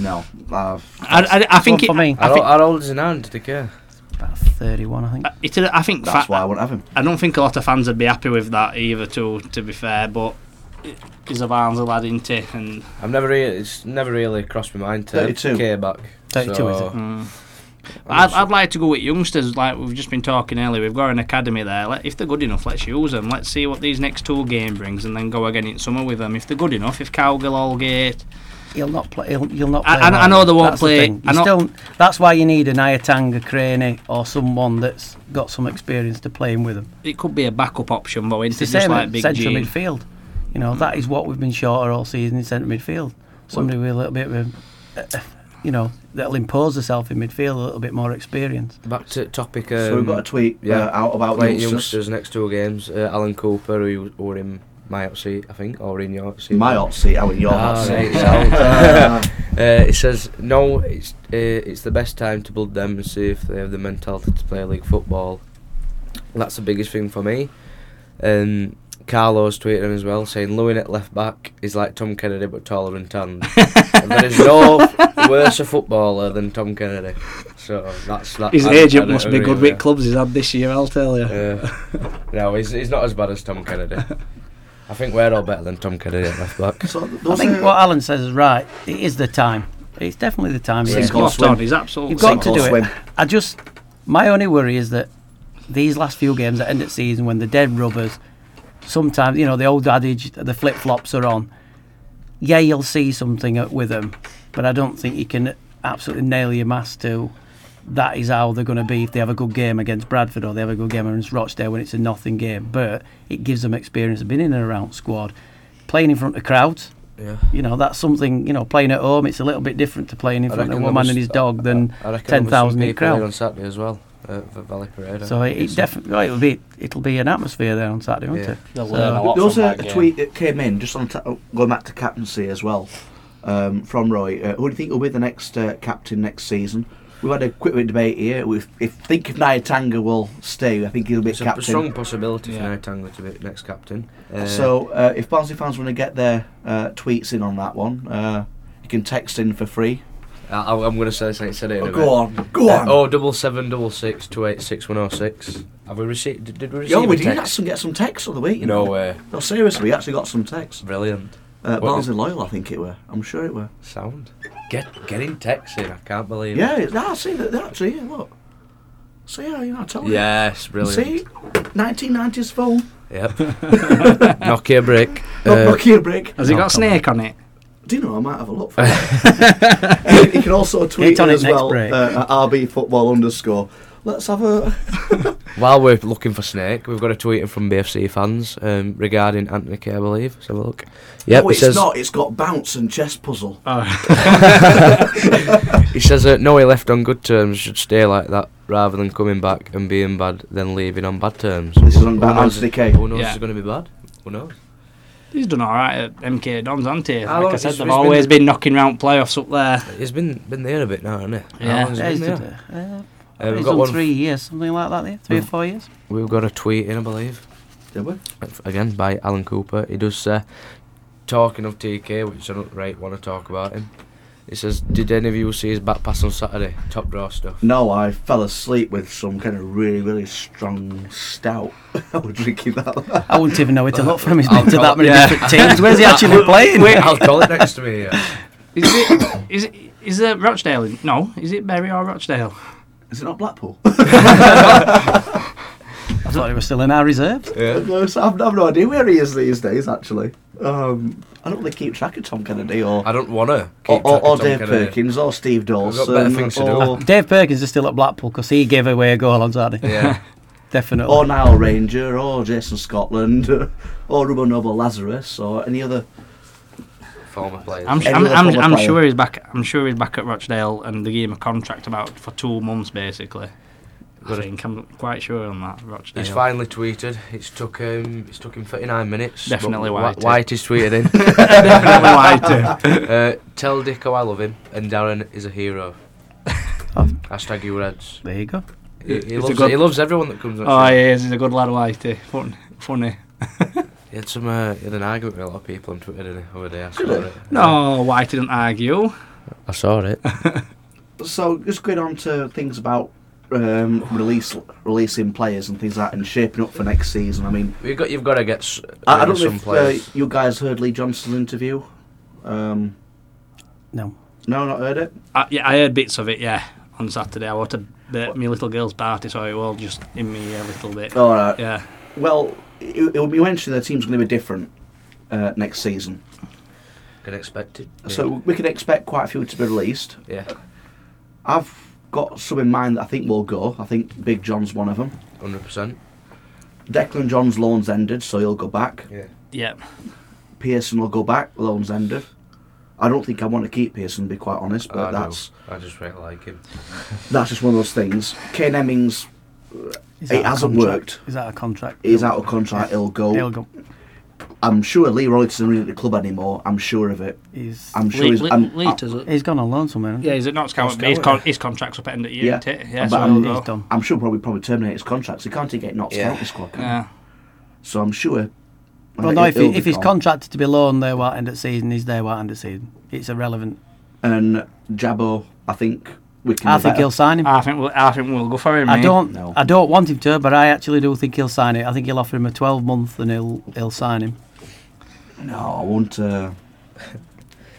No, uh,
I, I, I think
Well,
it,
for me,
I
How,
think,
how old is he now? Did he care?
About thirty-one, I think.
it, I think
that's
fa-
why I won't have him.
I don't think a lot of fans would be happy with that either. To to be fair, but he's a Barnsley lad, isn't he? And
I've never really, it's never really crossed my mind to
32.
care back.
32,
so,
is it?
hmm. I'd, I'd like to go with youngsters. Like we've just been talking earlier, we've got an academy there. Let, if they're good enough, let's use them. Let's see what these next two game brings, and then go again in summer with them. If they're good enough, if Cowgill, Allgate,
He'll not play. He'll, you'll not. Play
I- I- I know they won't
That's the
play-
thing.
I
You
know-
still- that's why you need an Ayatanga, Craney, or someone that's got some experience to play in with them.
it could be a backup option. But
It's the
it's just
same
like
at
Big
central
G.
midfield. You know that is what we've been short of all season in central midfield. Somebody with a little bit of, a- uh, you know, that'll impose herself in midfield a little bit more experience.
Back to topic. Um,
so we've got a tweet
yeah.
uh, out about
Playing
youngsters.
youngsters next two games. Uh, Alan Cooper, who were in my hot seat, I think, or in your hot seat.
My hot seat, how in your hot
Ah,
seat.
right.
*laughs*
Uh, it says no. It's uh, it's the best time to build them and see if they have the mentality to play league football. That's the biggest thing for me. Um, Carlos tweeted him as well, saying Lewin at left back is like Tom Kennedy but taller and tanned. and there is no worse a footballer than Tom Kennedy. So that's that.
His
I- I
agent
don't
must be
agree
good
with
with clubs he's had this year. I'll tell you.
you. Uh, no, he's, he's not as bad as Tom Kennedy. I think we're all better than Tom Kennedy at
*laughs*
left back.
so th-
I
those
think
are-
what Alan says is right. It is the time. It's definitely the time.
Six
Yeah.
goals.
Spot on. He's absolutely.
You've got
Sink
to
or
do it.
swim.
I just my only worry is that these last few games that end at season when the dead rubbers, sometimes you know the old adage the flip flops are on. Yeah, you'll see something at- with them, but I don't think you can absolutely nail your mass to. That is how they're going to be if they have a good game against Bradford or they have a good game against Rochdale when it's a nothing game. But it gives them experience of being in and around squad, playing in front of crowds.
Yeah.
You know that's something. You know playing at home, it's a little bit different to playing in front of one man and his dog than ten thousand in a crowd.
on Saturday as well uh, for Valley Parade.
So it, it definitely well, it'll be it'll be an atmosphere there on Saturday, won't
Yeah.
it?
They'll
So-
learn a lot
There was
from
a,
that game.
tweet that came in just on ta- oh, going back to captaincy as well um, from Roy. Uh, who do you think will be the next uh, captain next season? We've had a quick bit of debate here. We if, think if Nayatanga will stay, I think he'll be
It's a
captain.
strong possibility
Yeah.
for Naitango to be next captain. Uh,
So uh, if Barnsley fans want to get their uh, tweets in on that one, uh, you can text in for free.
I, I'm going to say say- said it. In
Oh,
a
go
minute.
on, go
Uh,
on.
oh, double seven, double six, two eight six one zero six. Have we received? Did, did we receive?
Yo, we
a
did
text?
actually get some texts of the week. You
No
know?
way.
No, seriously, we actually got some texts.
Brilliant.
Uh,
What
Barnsley Loyal, I think it were. I'm sure it were.
Sound. Get get in texting. I can't believe
Yeah,
it.
it's, ah, see, that they're actually here, look. See how you know, I told you.
Yes, brilliant.
See, 1990s phone.
Yep.
*laughs*
Nokia brick.
Not
Uh,
Nokia brick.
Has it got snake on it?
Do you know? I might have a look for it. you can also tweet
Hit on
it
it
as
next
well.
break.
Uh, at RB football underscore. Let's have a.
While we're looking for Snake, we've got a tweet in from BFC fans um, regarding Anthony Kay, I believe. Let's have a look. Yep,
no,
he
oh, it's
says,
not. It's got bounce and chess puzzle.
He says, uh, no, he left on good terms, should stay like that, rather than coming back and being bad, then leaving on bad terms.
This is on
Who
about
knows
Anthony
if-
Kay.
Who knows
Yeah.
if it's going to be bad? Who knows?
He's done all right at MK Dons, hasn't he?
How
Like
long-
I
it's-
said, they've
it's been
always
the-
been knocking round playoffs up there.
He's been been there a bit now, hasn't he?
Yeah.
How long has he
Yeah,
been
he's
there?
done, uh,
Uh, we've
he's
got
done
one-
three years, something like that. There, 3 or
Mm.
four years.
We've got a tweet in, I believe.
Did we?
again by Alan Cooper. He does say, talking of TK, which I don't right want to talk about him. He says, "Did any of you see his back pass on Saturday? Top draw stuff."
No, I fell asleep with some kind of really, really strong stout. *laughs* I was drinking that.
*laughs* I wouldn't even know where to look for him. He's
I'll
been to
call
that
it-
many
yeah.
different teams. *laughs* Where's he actually playing?
Wait, I'll call it next to me. Yeah.
Is *coughs* it? is it? Is it Rochdale? in- No, is it Berry or Rochdale?
Is it not Blackpool?
I thought he was still in our reserves.
yeah.
no, so I've, I've no idea where he is these days. Actually, um, I don't really keep track of Tom Kennedy or
I don't want to.
or, or, or Dave Perkins or Steve Dawson.
better things to do.
or,
Dave Perkins is still at Blackpool because he gave away a goal on Saturday.
*laughs*
Yeah. *laughs*
Definitely.
or Niall Ranger, or Jason Scotland, *laughs* or Ruben Noble Lazarus, or any other.
Former players.
I'm, su-
Any
I'm,
other
I'm,
former
I'm
player?
sure he's back. I'm sure he's back at Rochdale, and they gave him a contract about for two months basically. I
Good.
think I'm quite sure on that. Rochdale. *laughs*
He's finally tweeted. It's took um, it's took him 39 minutes.
Definitely
but
White.
Wh- White is
*laughs*
tweeted in.
Definitely lied
*laughs*
to.
uh, tell Dicko I love him and Darren is a hero. Hashtag you reds.
Oh, there you go.
He,
It's
he,
a
loves,
good-
he loves everyone that comes. on
Oh,
show.
he is. He's a good lad, Whitey. Fun, funny.
He had some. Uh, he had an argument with a lot of people on Twitter didn't he, the other day. I saw
Really?
it.
No, Whitey didn't argue.
I saw it.
So just going on to things about um, release releasing players and things like that, and shaping up for next season. I mean,
You've got. You've got to get. s-
I, I
rid of
don't know
some
if uh,
players.
you guys heard Lee Johnson's interview. Um,
No.
no, not heard it.
I, yeah, I heard bits of it. Yeah, on Saturday I was at the- my little girl's party, so it was just in me a little bit.
All right.
Yeah,
Well, it, it will be mentioned the team's going to be different uh, next season,
Can expect it. Yeah.
so we can expect quite a few to be released.
yeah,
I've got some in mind that I think will go. I think Big John's one of them.
hundred percent.
Declan John's loan's ended, so he'll go back.
Yeah.
yeah.
Pearson will go back, loan's ended. I don't think I want to keep Pearson, to be quite honest, but
I
that's
do. Uh, I just really like him.
that's just one of those things. Kane Emmings
He's
It
out of
hasn't
contract.
worked.
He's out of contract.
is out of contract, he'll go.
He'll go.
I'm sure Lee Royalton isn't at the club anymore, I'm sure of it.
He's,
I'm sure
Le-
he's.
Le-
I'm,
Leiters, uh,
he's gone on loan somewhere. hasn't he?
yeah, he's at Notts County.
Notts
but His,
County.
con- his contract's up at end of the year.
Yeah.
Yeah, it? yeah
But
so
I'm-
he'll
He's
go.
done.
I'm sure probably probably terminate his contract, so he can't get Notts
Yeah.
County squad. can he?
Yeah.
So I'm sure. and
Well, no, if,
he'll
he,
be
if he's
gone.
contracted to be loaned there while end of season, he's there while end of season. It's irrelevant.
and Jabbo, I think we can.
I
do
think
better.
he'll sign him.
I think we'll. I think we'll go for him.
I
mate.
don't.
No.
I don't want him to, but I actually do think he'll sign it. I think he'll offer him a 12 month, and he'll he'll sign him.
No, I won't. Uh,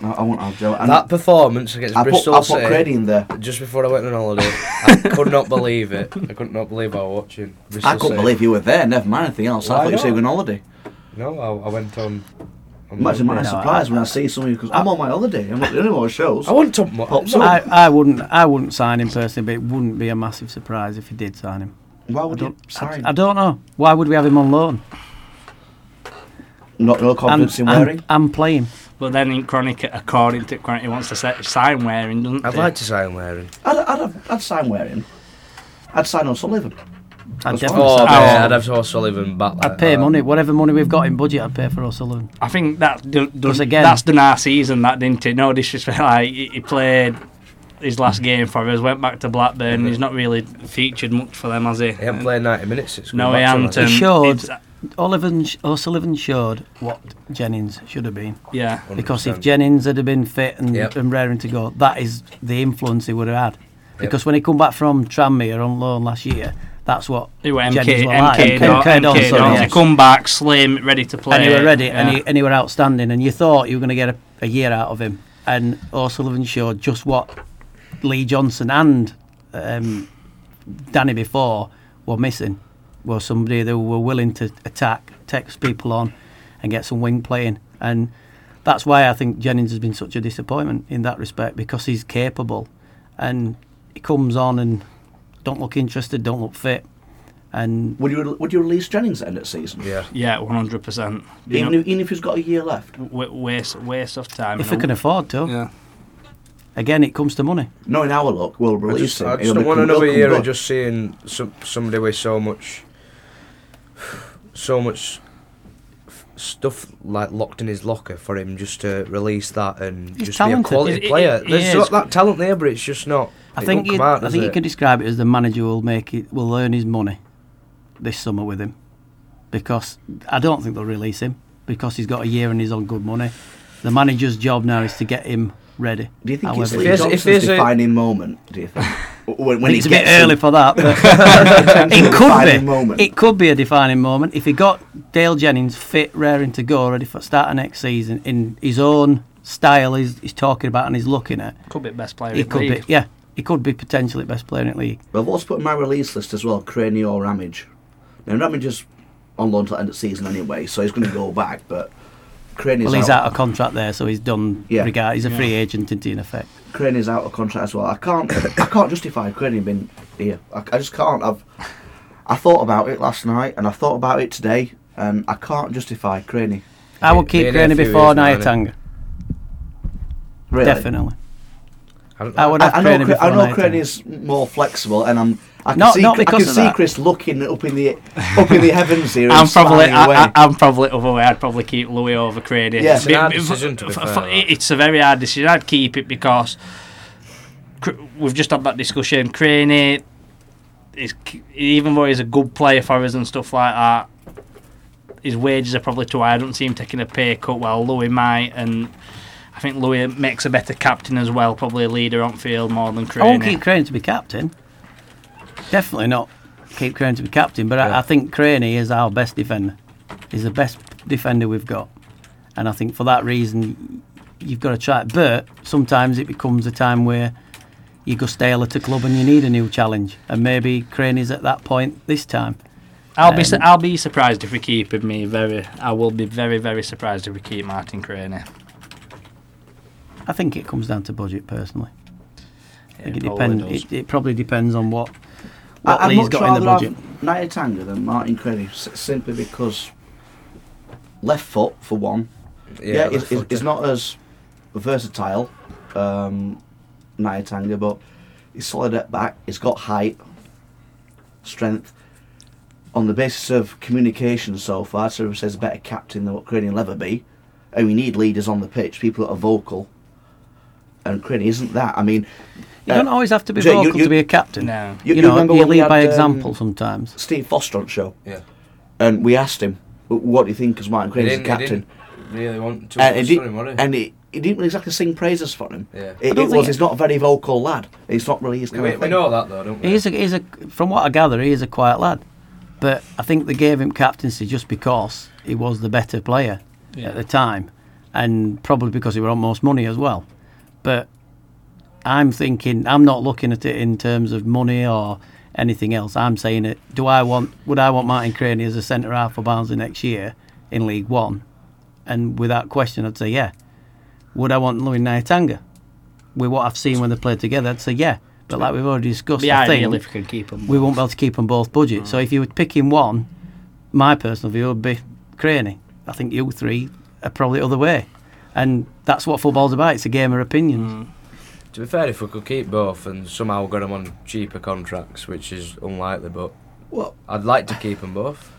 I, I won't have Jabbo. And
That performance against
I put,
Bristol
I put
City.
Crady in there.
Just before I went
*laughs*
on holiday, I could not believe it. I could not believe I was watching. Bristol
I couldn't
City.
believe you were there. Never mind anything else. I
Why
thought you said you were on
not?
holiday.
No, I, I went on on
I'm actually
Monday.
might
No,
surprised
I-
when I see somebody because I'm on my holiday. I'm not doing any more shows.
I want Tom.
Pops
no,
up.
I, I wouldn't I wouldn't sign him personally, but it wouldn't be a massive surprise if he did sign him.
Why
I
would you?
don't, I-
Sorry,
I, don't know. Why would we have him on loan?
not no
And,
confidence in
and,
wearing.
and playing.
But then in Chronic, according to Chronic, he wants to set, sign wearing, doesn't
I'd
he?
like to say I'm wearing.
I'd, I'd, have, I'd sign wearing. I'd sign on Sullivan.
I'd
That's Uh, um,
definitely
Oh,
sign
man,
him.
yeah.
I'd have to Sullivan back. Like
I'd pay
that.
money, whatever money we've got in budget, I'd pay for O'Sullivan.
I think that do, does,
Because again-
that's done our season, that didn't it? No disrespect. Like, he he played his last game for us, went back to Blackburn, and he's not really featured much for them, has he?
He ain't playing 90 minutes. It's
no,
going
he
back to
hasn't.
him,
and
He showed-
it's-
O'Sullivan, O'Sullivan showed what Jennings should have been.
Yeah.
I think.
Because if
100%.
Jennings had have been fit and,
Yep.
and raring to go, that is the influence he would have had. Because when he come back from Tranmere on loan last year, that's what
He went
Jennings
MK,
were like.
MK, Dons-
MK
MK,
Dons,
Dons,
sorry,
he
yes.
come back, slim, ready to play.
and you were ready and,
yeah.
he, and he were outstanding and you thought you were going to get a, a year out of him and O'Sullivan showed just what Lee Johnson and um, Danny before were missing were somebody that were willing to attack text people on and get some wing playing and that's why I think Jennings has been such a disappointment in that respect because he's capable and he comes on and don't look interested don't look fit and
Would you Would you release Jennings at the end of the season?
Yeah.
Yeah, 100%. You
Even
know,
if, even if he's got a year left.
w- waste, waste of time.
if
you
he
know.
can afford to
Yeah.
again it comes to money
Knowing our luck, we'll
I
release
just,
him.
I
He'll
just
be
don't want
come-
another
he'll come
year of
good.
just seeing some, somebody with so much, so much f- stuff like locked in his locker for him just to release that and
He's
just
talented.
be a quality
He- he-
player.
he
There's
is.
so- that talent there, but it's just not.
I
it
think
don't
you,
come out,
I
does
think you
it?
can describe it as the manager will make it will earn his money this summer with him because I don't think they'll release him because he's got a year and he's on good money. The manager's job now is to get him ready.
Do you think it's
However,
Lee
If there's- if
Johnson's
there's a-
defining moment? Do you think? when, when
it's a
he
bit
gets
early
*laughs* him,
for that. but
*laughs*
it could
Defining
be.
moment.
It could be a defining moment if he got Dale Jennings fit, raring to go, ready for start of next season in his own style. He's, he's talking about and he's looking at.
Could be best player
He
in
could
league.
be, yeah, he could be potentially best player in the league.
I've also put in my release list as well, Craney or Ramage. Now Ramage is on loan till the end of the season anyway, so he's going to go back. But Craney's
Well, he's
out.
out of contract there, so he's done.
Yeah.
Regard, he's a free agent, isn't he, in effect?
Crane is out of contract as well. I can't, I can't justify Crane being here. I, I just can't. I've, I thought about it last night and I thought about it today, and I can't justify Crane.
I would
Yeah,
keep
yeah,
Granny
few
before
years now, innit?
Nayatanga.
Really,
Definitely.
I don't
I
know.
would
I,
have
I
Granny
know. Cra-
before
I know
Nayatanga.
Crane is more flexible, and I'm. I can
Not-
see,
not
I
because
can
of
see
that.
Chris looking up in the up in the heavens here.
I'm
and
probably,
smiling
I,
away.
I, I'm probably other way. I'd probably keep Louis over Crady.
Yeah. It's
an hard
Be- be-
decision, to be fair, that.
it- It's a very hard decision. I'd keep it because Cr- we've just had that discussion. Crady is, k- even though he's a good player for us and stuff like that, his wages are probably too high. I don't see him taking a pay cut. Well, Louis might, and I think Louis makes a better captain as well. Probably a leader on field more than
I won't
Crady.
keep Crane to be captain. Definitely not keep Crane to be captain, but I,
Yeah.
I think Craney is our best defender. He's the best defender we've got. And I think for that reason, you've got to try it. But sometimes it becomes a time where you go stale at a club and you need a new challenge. And maybe Craney's at that point this time.
I'll be su-
Um,
I'll be surprised if we keep him. Me very, I will be very very surprised if we keep Martin Craney.
I think it comes down to budget personally. I think it,
probably
depend,
does.
it, it probably depends on what,
I-
what Lee's got in the budget.
have Nayatanga than Martin Craney s- simply because left foot for one. Yeah,
that's
it's, it's,
fucked
it's
up.
not as versatile, um, Nayatanga, but he's solid at back. He's got height, strength. On the basis of communication so far, Sarah says a better captain than what Craney will ever be. And we need leaders on the pitch, people that are vocal. And Craney isn't that. I mean,
You
uh,
don't always have to be
Jay, you-
vocal
you-
to be a captain.
No.
You,
You- you
know,
remember
you
when we
lead by
had, um,
example sometimes.
Steve Foster on show.
Yeah.
and we asked him, "Wh- "What do you think of Martin
He
Crane as a
didn't- he
captain?" Uh,
didn't Really want to.
And, he,
Sorry,
did,
Murray.
and he, he didn't really exactly sing praises for him.
Yeah.
It,
don't
it
think-
was. He's not a very vocal lad. It's not really his kind
we,
of
we
thing.
know that though, don't we?
He is a, he's a, from what I gather, he is a quiet lad. But I think they gave him captaincy just because he was the better player
Yeah.
at the time, and probably because he were on most money as well. But I'm thinking, I'm not looking at it in terms of money or anything else. I'm saying it. Do I want? Would I want Martin Craney as a centre half for Barnsley next year in League One? and without question, I'd say yeah. Would I want Louis Naitanga? With what I've seen when they played together, I'd say yeah. But like we've already discussed,
Be
I
ideal
think
if you could keep them.
we won't be able to keep them both budget. So if you were picking one, my personal view would be Craney. I think you three are probably the other way. And that's what football's about. It's a game of opinions.
To be fair, if we could keep both and somehow got them on cheaper contracts, which is unlikely, but
Well,
I'd like to keep them both.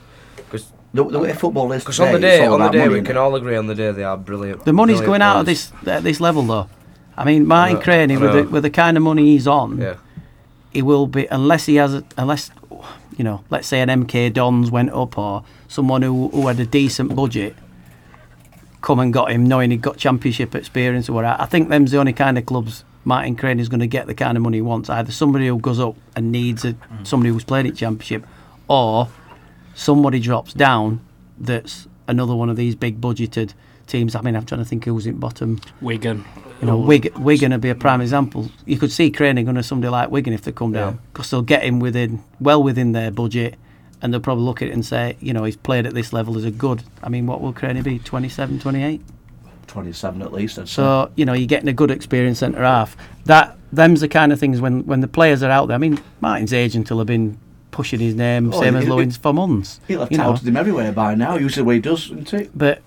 the, the way football is
Because
today,
on the
it's
day,
all
on the
about
day,
money,
we
innit?
can all agree on the day they are brilliant.
The money's
brilliant
going out at
players.
this at this level though. I mean, Martin
know,
Craney
I
with the,
know.
with the kind of money he's on,
Yeah,
he will be unless he has a, unless you know, let's say an MK Dons went up or someone who who had a decent budget come and got him, knowing he'd got championship experience or whatever. I think them's the only kind of clubs Martin Craney's going to get the kind of money he wants. Either somebody who goes up and needs a, somebody who's played at championship, or somebody drops down that's another one of these big budgeted teams. I mean, I'm trying to think who's in bottom.
Wigan.
You know, Wig, Wigan would be a prime example. You could see Craney going to somebody like Wigan if they come down because they'll get him within well within their budget, and they'll probably look at it and say, you know, he's played at this level as a good. I mean, what will Craney be? 27, 28?
27 at least. I'd say.
So you know, you're getting a good experience centre half. That them's the kind of things when when the players are out there. I mean, Martin's agent will have been pushing his name,
Oh,
same
he-
as
he-
Lewin's for months.
He'll have
you know.
touted him everywhere by now. Usually, what he does, isn't it?
But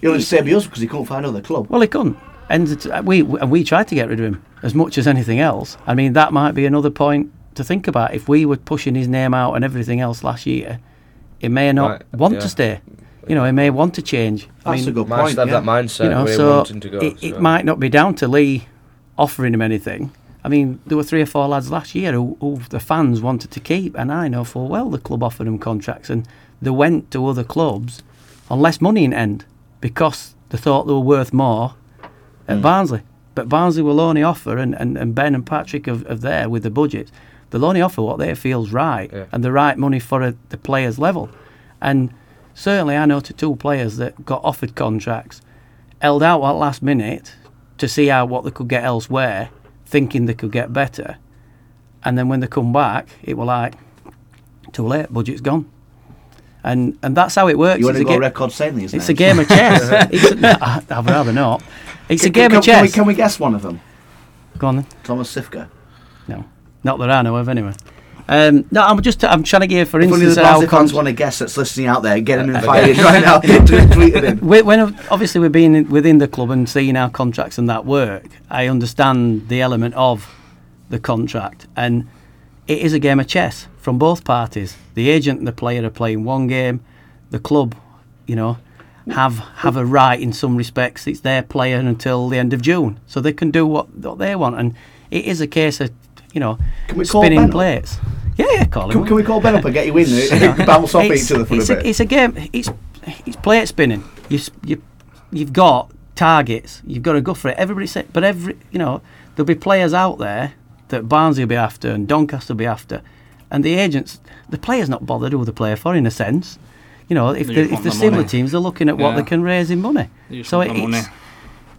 He'll only stay with us because he couldn't find another club.
Well, he couldn't. And it's- uh, we and we tried to get rid of him as much as anything else. I mean, that might be another point to think about. If we were pushing his name out and everything else last year, he may not
Right,
want
yeah.
to stay. You know, he may want to change. I
That's
mean,
a good
might
point.
just have
yeah.
that mindset
you know,
where
so
wanting to go.
it, it
so.
might not be down to Lee offering him anything. I mean, there were three or four lads last year who, who the fans wanted to keep, and I know full well the club offered them contracts, and they went to other clubs on less money in end because they thought they were worth more at
Hmm.
Barnsley. But Barnsley will only offer, and, and, and Ben and Patrick are, are there with the budgets, they'll only offer what they feel's right
Yeah.
and the right money for a, the player's level. And certainly, I know to two players that got offered contracts, held out at last minute to see how what they could get elsewhere, thinking they could get better. And then when they come back, it were like, too late, budget's gone. And and that's how it works.
You want
It's
to
a
go
ga-
record saying these
it's
names?
a game of chess. *laughs* it's a, I'd rather not. It's a game
Can- can,
of
can we-
chess.
Can we guess one of them?
Go on then.
Thomas Sifka.
No, not that I know of anyway. Um, no, I'm just I'm trying to give for
If only the
instance how
Barnsley fans
cons-
want to guess that's listening out there, get
Uh,
him in fired right
*laughs*
now. Tweet tweet at him.
we, when obviously we're being in- within the club and seeing how contracts and that work. I understand the element of the contract, and it is a game of chess from both parties. The agent and the player are playing one game. The club, you know, have have a right in some respects. It's their player until the end of June, so they can do what, what they want. And it is a case of you know
Can we call Ben
spinning
up?
plates. Yeah, yeah, call him
Can,
up.
can we call Ben up and get *laughs*
*laughs*
you in there? Bounce off
It's-
each other for
it's
a bit.
it's a game. It's it's plate spinning. You s- you you've got targets. You've got to go for it. Everybody said, but every you know there'll be players out there that Barnsley will be after and Doncaster will be after, and the agents, the players not bothered who the player for in a sense. You know, if
They
the,
just
if
want
the
the
similar
money.
teams, they're looking at what they
Yeah.
can raise in money.
They just
So
want
it,
the money.
it's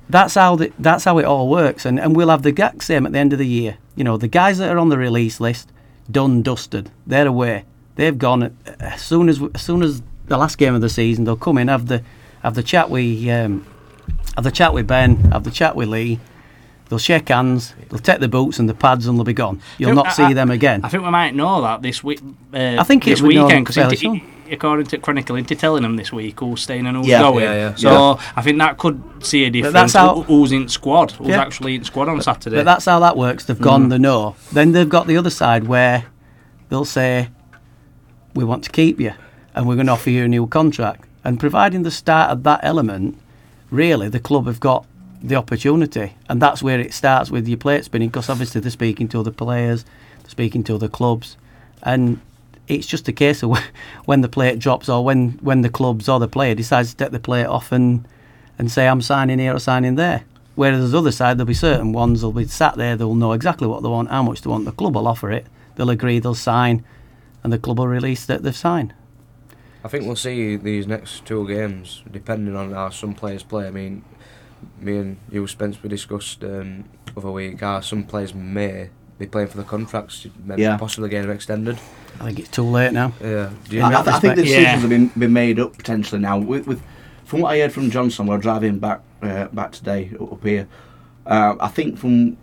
that's how the, that's how it all works, and, and we'll have the exact same at the end of the year. You know, the guys that are on the release list, done, dusted, they're away. They've gone as soon as as soon as the last game of the season. They'll come in, have the have the chat with um, have the chat with Ben, have the chat with Lee. They'll shake hands. They'll take the boots and the pads, and they'll be gone. You'll
think-
not see
I-
them again.
I think we might know that this week. Uh,
I think it-
this
we know
weekend
fairly
because according to Chronicle, isn't he telling them this week who's staying and who's
Yeah.
going?
Yeah, yeah.
So
Yeah.
I think that could see a difference.
that's how-
who- who's in squad? Who's
Yeah.
actually in squad on Saturday?
But that's how that works. They've
Mm.
gone, they know. Then they've got the other side where they'll say, We want to keep you and we're going to offer you a new contract. And providing the start of that element, really, the club have got the opportunity. And that's where it starts with your plate spinning because obviously they're speaking to other players, they're speaking to other clubs. And it's just a case of *laughs* when the plate drops or when, when the clubs or the player decides to take the plate off and and say I'm signing here or signing there. Whereas the other side, there'll be certain ones that'll be sat there, they'll know exactly what they want, how much they want. The club will offer it, they'll agree, they'll sign, and the club will release that they've signed.
I think we'll see these next two games, depending on how some players play. I mean, me and you, Spence, we discussed um, other week how some players may be playing for the contracts, maybe
Yeah.
possibly getting them extended.
I think it's too late now.
Yeah. Do you
I, I,
know?
I think the
Yeah.
decisions have been, been made up potentially now with, with from what I heard from Johnson, we're driving back uh, back today u- up here. Uh, I think from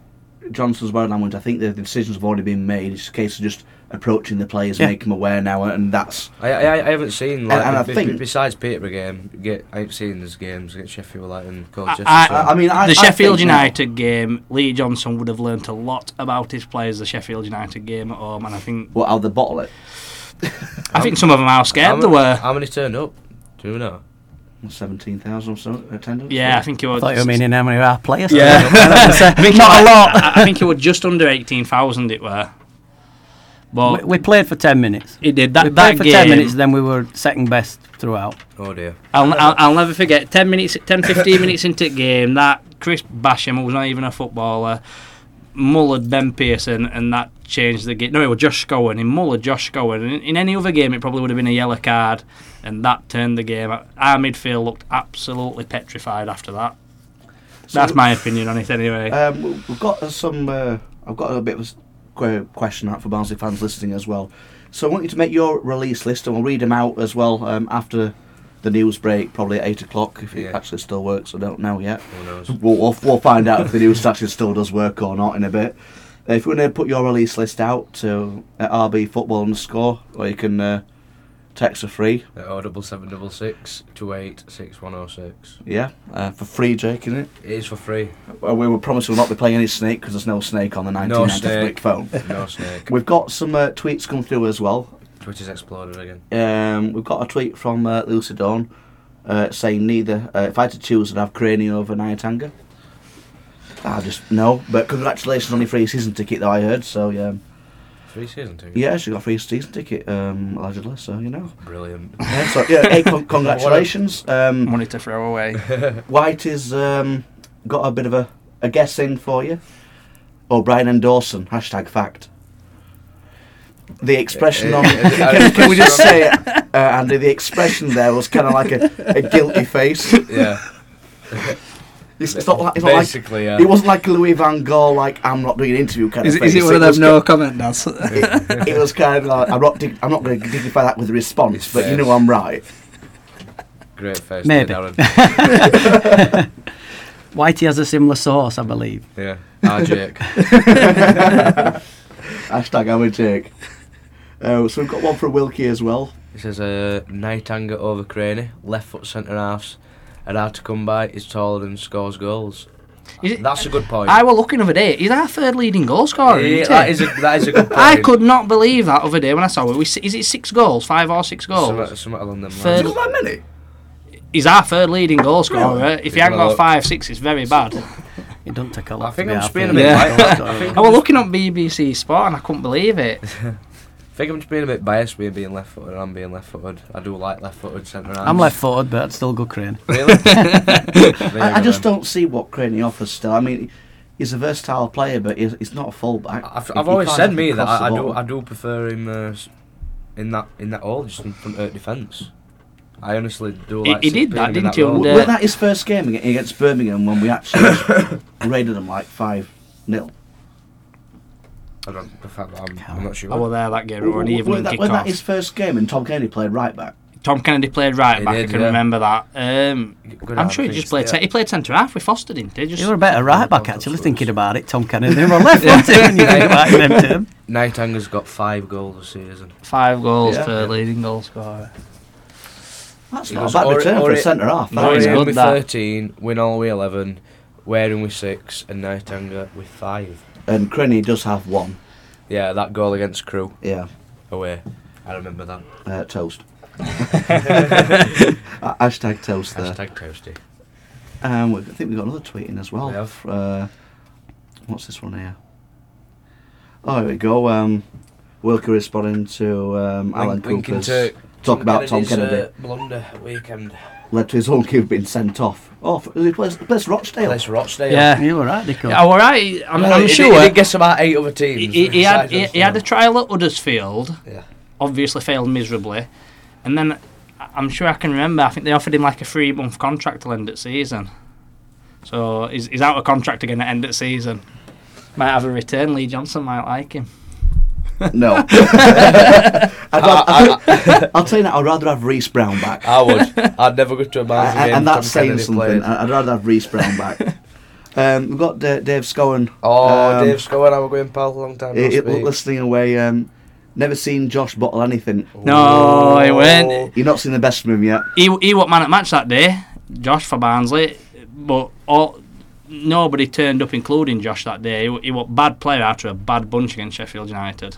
Johnson's word language, I think the, the decisions have already been made. It's a case of just approaching the players,
Yeah.
make them aware now, and that's
I, I, I haven't seen like
and I
be-
think-
besides Peterborough game. Get, I ain't seen those games against Sheffield United and Colchester.
I,
so-
I- I mean, I- I
the Sheffield
think now-
United game, Lee Johnson would have learnt a lot about his players. The Sheffield United game at home, and I think
what how they bottle it.
I think some of them how
how,
scared
ma-
they were.
how many turned up? Do you know?
Seventeen thousand or so attendance.
Yeah, I think it
I
was.
thought you were meaning how many of our players. *laughs*
*laughs* I think not a lot. I, I think it was just under eighteen thousand. It were,
we,
but
we played for 10 minutes.
it did
we
that.
played
That
for
game,
10 minutes, then we were second best throughout.
Oh dear.
I'll, I'll, I'll never forget 10 minutes
*laughs*
10 15 minutes into the game that Chris Basham who was not even a footballer mullered Ben Pearson and that changed the game no it was Josh Scowen he mullered Josh Scowen and in, in any other game it probably would have been a yellow card and that turned the game our midfield looked absolutely petrified after that that's my opinion on it anyway
Um, we- we've got uh, some. Uh, I've got a bit of a s- que- question out for Barnsley fans listening as well. So I want you to make your release list, and we'll read them out as well um, after the news break, probably at eight o'clock. If it
Yeah.
actually still works, I don't know yet.
Who knows?
We'll, we'll, we'll find out if the news actually still does work or not in a bit. Uh, if you want to put your release list out to at RB Football underscore, or you can uh, text for free.
Oh double seven double six two eight six one oh six.
Yeah, uh, for free, Jake, isn't it?
It is for free.
Well, we were promised we'll not be playing any snake because there's no snake on the 1990
snake.
brick phone.
No snake.
We've got some uh, tweets come through as well.
Twitter's exploded again.
Um, we've got a tweet from uh, Lucy Dawn uh, saying neither. Uh, if I had to choose, I'd have Cranio over Nightanger. I just no, but congratulations on your free season ticket, though I heard. So yeah,
Free season ticket.
yeah, she got a free season ticket um, allegedly. So you know,
Brilliant.
yeah, so yeah, hey, con- congratulations. Um,
money to throw away
White has um, got a bit of a, a guess in for you. O'Brien and Dawson, hashtag fact. The
Eh,
expression on. *laughs* can, can we just say it, uh, Andy? The expression there was kind of like a, a guilty face.
yeah.
It's, it's not like. It's not like
Basically, yeah.
it wasn't like Louis Van Gaal, like I'm not doing an interview kind of face. was
comment that's
ki- It, it was kind of like I'm not. Dig- I'm not going to dignify that with a response, but you know I'm right. *laughs*
Great face.
Maybe.
Darren. Yeah.
Whitey has a similar source, I believe.
Ah, Jake.
Hashtag I would take. Uh, so we've got one from Wilkie as well.
He says, uh, night anger over Craney, left foot centre halves, and hard to come by, is taller and scores goals.
Is it-
That's a good point.
I were looking other day he's our third leading goal scorer
yeah,
isn't
that
he?
is a that is a good point.
I could not believe that other day when I saw it. We, is it six goals, five or six goals?
Something, something along them
Third-
lines.
that many?
He's our third leading goal scorer. If he
Give
hadn't
him a
got
look.
five, six, it's very bad.
It doesn't take a lot.
I think
to be
I'm
our
spinning a
favourite
bit.
*laughs*
Yeah.
goal
I
scorer.
think
I was looking on BBC Sport and I couldn't
*laughs*
believe it.
think I'm just being a bit biased with being left footed and I'm being left footed. I do like left footed centre halves.
I'm left footed, but I'd still go Crane.
Really?
*laughs*
*laughs*
I, I just don't see what Craney offers still. I mean, he's a versatile player, but he's, he's not a fullback.
I've,
He-
I've
he
always
can't
said
even
me that
cross the
I, I do
ball.
I do prefer him uh, s- in that in that role just in front of defence. I honestly do
He-
like.
he
seeing
did that,
him in
didn't he,
role.
on
W-
uh,
Wasn't that his first game ag- against Birmingham when we actually *coughs* raided them like 5 0?
I don't, the fact that I'm, I'm not sure.
I was there that game. It was an evening
Wasn't that,
kick
wasn't that
off.
his first game and Tom Kennedy played right back?
Tom Kennedy played right
He
back. I
did,
can
yeah.
remember that. Um,
Good
I'm
hand
sure he
things,
just played.
yeah.
cen- he played centre half. We fostered him. Did he?
He
just
were a better right back,
Well,
actually,
that's
thinking
worse.
about it. Tom Kennedy, they were left footed when you think about it in them terms.
Nightanger's got five goals this season.
five goals,
Yeah.
third leading goal scorer.
That's
He
not a
was
bad
Ori-
return for a
Ori-
centre half.
No, he's
that.
Nottingham
good,
with
that.
13, Winall with 11, Waring with 6, and Nightanger with 5.
And Craney does have one.
Yeah, that goal against Crew
Yeah,
away. I remember that.
uh,
*laughs*
toast. Uh, Hashtag toast there.
Hashtag toasty.
Um, we- I think we've got another tweet in as well.
We have.
Uh, what's this one here? Oh, here we go. Um, Wilkie responding to um, Alan
Link- linking
Cooper's
to
talk about Tom
Kennedy's,
Kennedy.
Uh, blunder at weekend.
Led to his own cue being sent off. Oh, for, he plays, plays Rochdale.
Place Rochdale.
Yeah.
You were right, Dico.
Yeah, all right. I'm,
Well,
I'm
he did-
sure.
He did guess about eight other teams.
he, he- he had, he, he had a
Besides
trial at Huddersfield.
us, yeah.
obviously failed miserably. And then I- I'm sure I can remember, I think they offered him like a three month contract to end at season. So he's, he's out of contract again at end of season. Might have a return, Lee Johnson might like him.
No.
*laughs*
*laughs* I'd rather, I, will tell you that, I'd rather have Reese Brown back.
I would. I'd never go to
*laughs*
a Barnes
and,
game.
and that's
Tom
saying
Kennedy
something.
played.
I- I'd rather have Reese Brown
*laughs*
back. um, we've got D- Dave Scowen.
Oh,
um,
Dave Scowen, I were going pal a long time. no
i- i-
speak.
listening away. Um, never seen Josh bottle anything.
No, he
Oh.
went.
You've not seen the best from him yet.
He he what man at match that day, Josh for Barnsley, but all nobody turned up, including Josh that day. He, wa- he was bad player after a bad bunch against Sheffield United.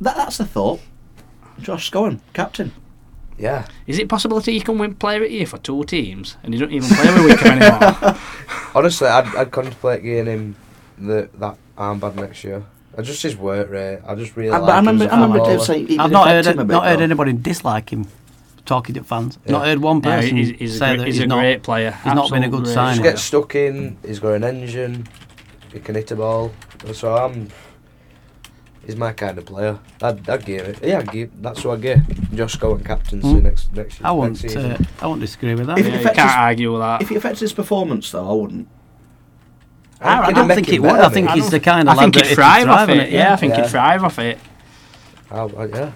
That, that's the thought. Josh Scowen, captain.
Yeah.
Is it possible that he can win player of the year for two teams and he don't even play every week anymore?
Honestly, I'd, I'd contemplate getting him the, that armband next year. I just his work rate. I just really.
I,
like
but I
him as
remember,
a
I remember
footballer.
Dave saying he
I've
did
not
affect
heard
him a bit,
not heard
though.
anybody dislike him talking to fans. Not
Yeah.
heard one
Yeah,
person
he's, he's,
say
a,
that
gr-
he's,
he's a
not.
great player.
he's not been a
Absolute
good
great
sign.
Just
Yeah.
get stuck in. He's got an engine. He can hit a ball. So I'm. He's my kind of player. I'd, I'd give it. Yeah, I'd give. That's who I get. Josh Scowen captaincy
Mm.
next next year.
I
next
won't.
season.
Uh, I won't disagree with that.
If-
Yeah,
It
you
affects
can't
his-
argue with that.
If it affects his performance, though, I wouldn't.
I, I
it'd
don't
make
think
him
it would.
better,
I think
mate.
he's the kind of
I
lad
think
that
he'd
if
thrive off
on
it. Yeah, I think
Yeah.
he'd thrive off it.
I, I, yeah.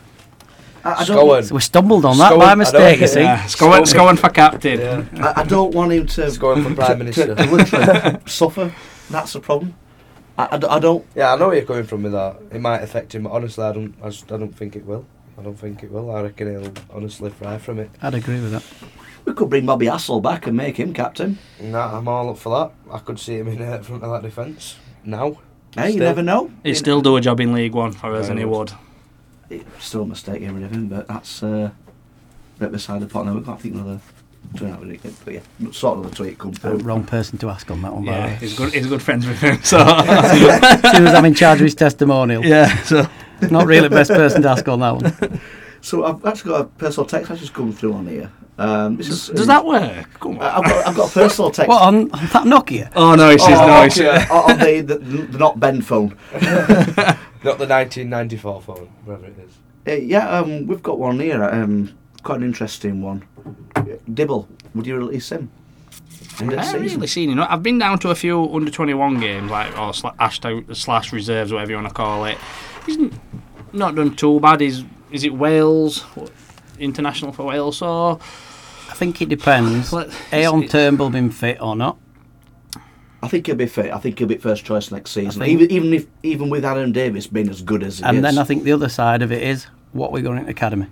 I, I don't,
Scowen.
So we stumbled on that
Scowen- I
by
don't
mistake. You
think-
see,
Yeah, it's going, it's going for captain.
Yeah.
I, I don't want him to
He's going for prime
to, *laughs*
minister.
to
*laughs*
literally suffer. That's the problem. I, I d- I don't.
Yeah, I know where you're coming from with that. It might affect him, but honestly, I don't. I, just, I don't think it will. I don't think it will. I reckon he'll honestly fry from it.
I'd agree with that.
We could bring Bobby Hassel back and make him captain.
Nah, I'm all up for that. I could see him in uh, front of that defence now.
Hey, you
Still.
never know.
He'd still do a job in League One for us,
Yeah,
and he
he
would.
would.
It's still a mistake getting rid of him, but that's uh, right beside the pot now. We've got, I think, another. Don't know, really, but yeah, sort of the tweet come
Uh,
through.
Wrong person to ask on that one. by the
Yeah,
way. *laughs*
he's good. He's good friends with him. *laughs* So
She was I'm in charge of his testimonial.
*laughs* yeah, so
Not really the best person to ask on *laughs* that one.
So I've actually got a personal text that's just come through on here. Um, this is,
does that work? Come on.
I've got, I've got a
*laughs*
personal text.
What on, on that Nokia?
Oh no, he says
Oh,
no. he
okay.
says-
on on the, the, the not Ben phone.
Not the 1994 phone, whatever it is.
Uh, yeah, um, we've got one here. Um, quite an interesting one. Dibble, would you release him? End of
I haven't
season.
really seen him. I've been down to a few under twenty one games, like or sla- hashtag slash reserves, whatever you want to call it. He's n- not done too bad. Is is it Wales? What- International for Wales, so
I think it depends.
Let-
A on
it-
Turnbull been fit or not?
I think he'll be fit. I think he'll be first choice next season.
think-
Even even if even with Adam Davis being as good as he
And
is.
then I think the other side of it is what we're going into academy.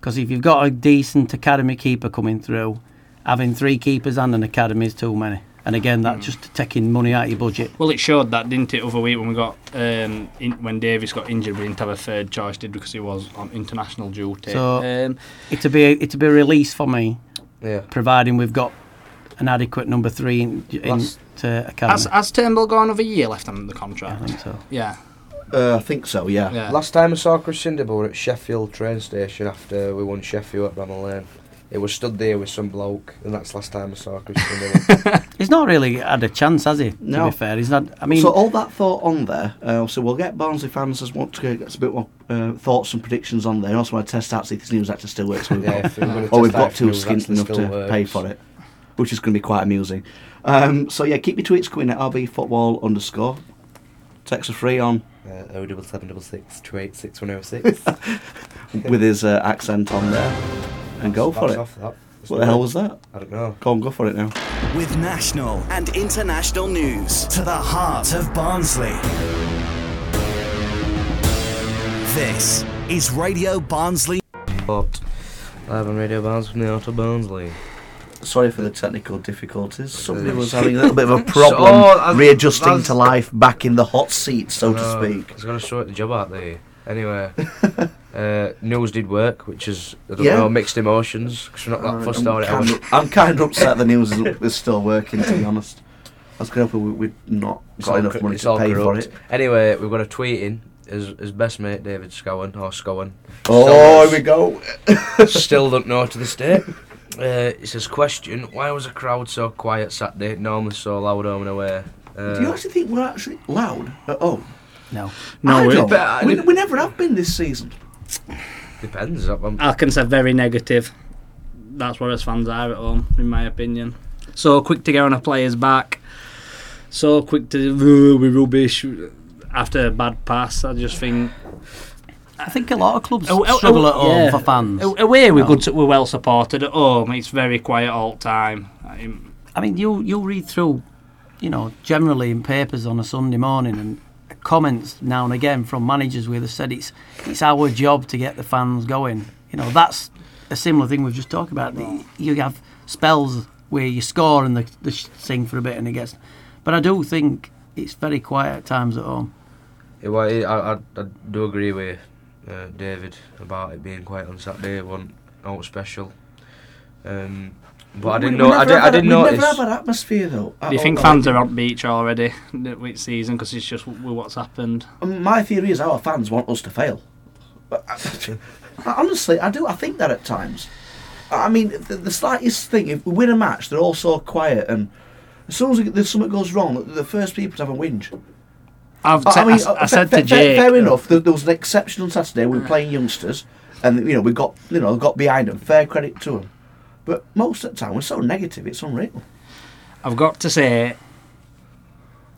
Because if you've got a decent academy keeper coming through, having three keepers and an academy is too many. And again, that's just taking money out of your budget.
well, it showed that, didn't it, other week when we got um, in, when Davis got injured, we didn't have a third choice, did we, because he was on international duty.
So-
um,
It'd be it'd be a release for me,
Yeah.
providing we've got an adequate number three in, in
That's-
to academy.
has, has Turnbull got another year left on the
I
contract?
think so.
Yeah,
uh, I think so. Yeah.
yeah.
Last time I saw Chris Sindibor were at Sheffield train station after we won Sheffield at Bramall Lane. It was stood there with some bloke, and that's last time I saw Chris *laughs* Sindibor.
He's not really had a chance, has he? To
No.
be fair, he's not. I mean,
so all that thought on there. Uh, so we'll get Barnsley fans as want to get a bit more uh, thoughts and predictions on there. And also, want to test out see if this news actually still works.
*laughs*
We've
yeah,
got-
if we were gonna
or Oh, we've
test
got
that
two
if
skins
that's
enough
still
to
works.
pay for it, which is going to be quite amusing. Um, so yeah, keep your tweets coming at RB football underscore. Texts are free
*laughs*
on
Uh, 07766 286106.
with his uh, accent on there, and *laughs* go for
That's
it.
off that. Let's
What
do
the hell
it.
was that?
I don't know.
Go on, go for it now.
With national and international news to the heart of Barnsley. This is Radio Barnsley.
But live on Radio Barnes from the Auto Barnsley.
Sorry for the technical difficulties. Somebody
Uh,
was having a little bit of
*laughs*
a
So,
problem
uh,
readjusting
that's-
to life back in the hot seat, so to
No,
speak.
It's going to Oh, sort the job out there.
*laughs*
Anyway, uh, News did work, which is, I don't
Yeah. Uh,
know, mixed emotions, 'cause we're not that fussed about it. I
kind
was-
of, I'm kind of upset the
*laughs*
news is, is still working, to be honest. I was going to hope we, we'd not
It's
got
all
enough
cor-
money
it's
to
all
pay for
corrupt.
it.
Anyway, we've got a tweet in. His, his best mate, David Scowen, or Scowen.
*laughs* Oh, here we go.
Still don't know to this day. Uh, it says, question, why was the crowd so quiet Saturday? Normally so loud home and away. Uh,
Do you actually think we're actually loud at all?
no.
No,
I
we-
don't.
but I
we,
didn't-
we never have been this season.
Depends. I'm, I'm-
Alkins are very negative. That's where us fans are at home, in my opinion. So quick to get on a player's back. So quick to "Ugh, we're rubbish. after a bad pass. I just think
I think a lot of clubs
Oh, oh,
struggle
oh,
at home
yeah. Oh,
for fans.
A- away we're
No.
good, we're well supported. At home, it's very quiet all the time. I-
I mean, you'll you'll read through, you know, generally in papers on a Sunday morning and comments now and again from managers where they said it's it's our job to get the fans going. You know, that's a similar thing we've just talked about. The- You have spells where you score and the the sh- sing for a bit and it gets, but I do think it's very quiet at times at home.
It, wa- it- I, I, I do agree with uh, David about it being quiet on Saturday. It wasn't out special. Um, but I didn't
We- we
know. I,
never
did,
have
I
had-
didn't
we
notice.
never have an atmosphere though. at
Do you
all,
think
though.
fans are on beach already th- with season because it's just w- what's happened?
Um, My theory is our fans want us to fail. But I- *laughs* honestly, I do. I think that at times. I mean, the, the slightest thing. If we win a match, they're all so quiet, and as soon as we get- if something goes wrong, they're the first people to have a whinge.
I've
I-
te-
I mean,
I,
uh,
said
fa-
to
fa-
Jake.
Fair enough. There, there was an exception on Saturday.
Mm.
We were playing youngsters, and you know we got you know got behind them. Fair credit to them. But most of the time, we're so negative. It's unreal.
I've got to say,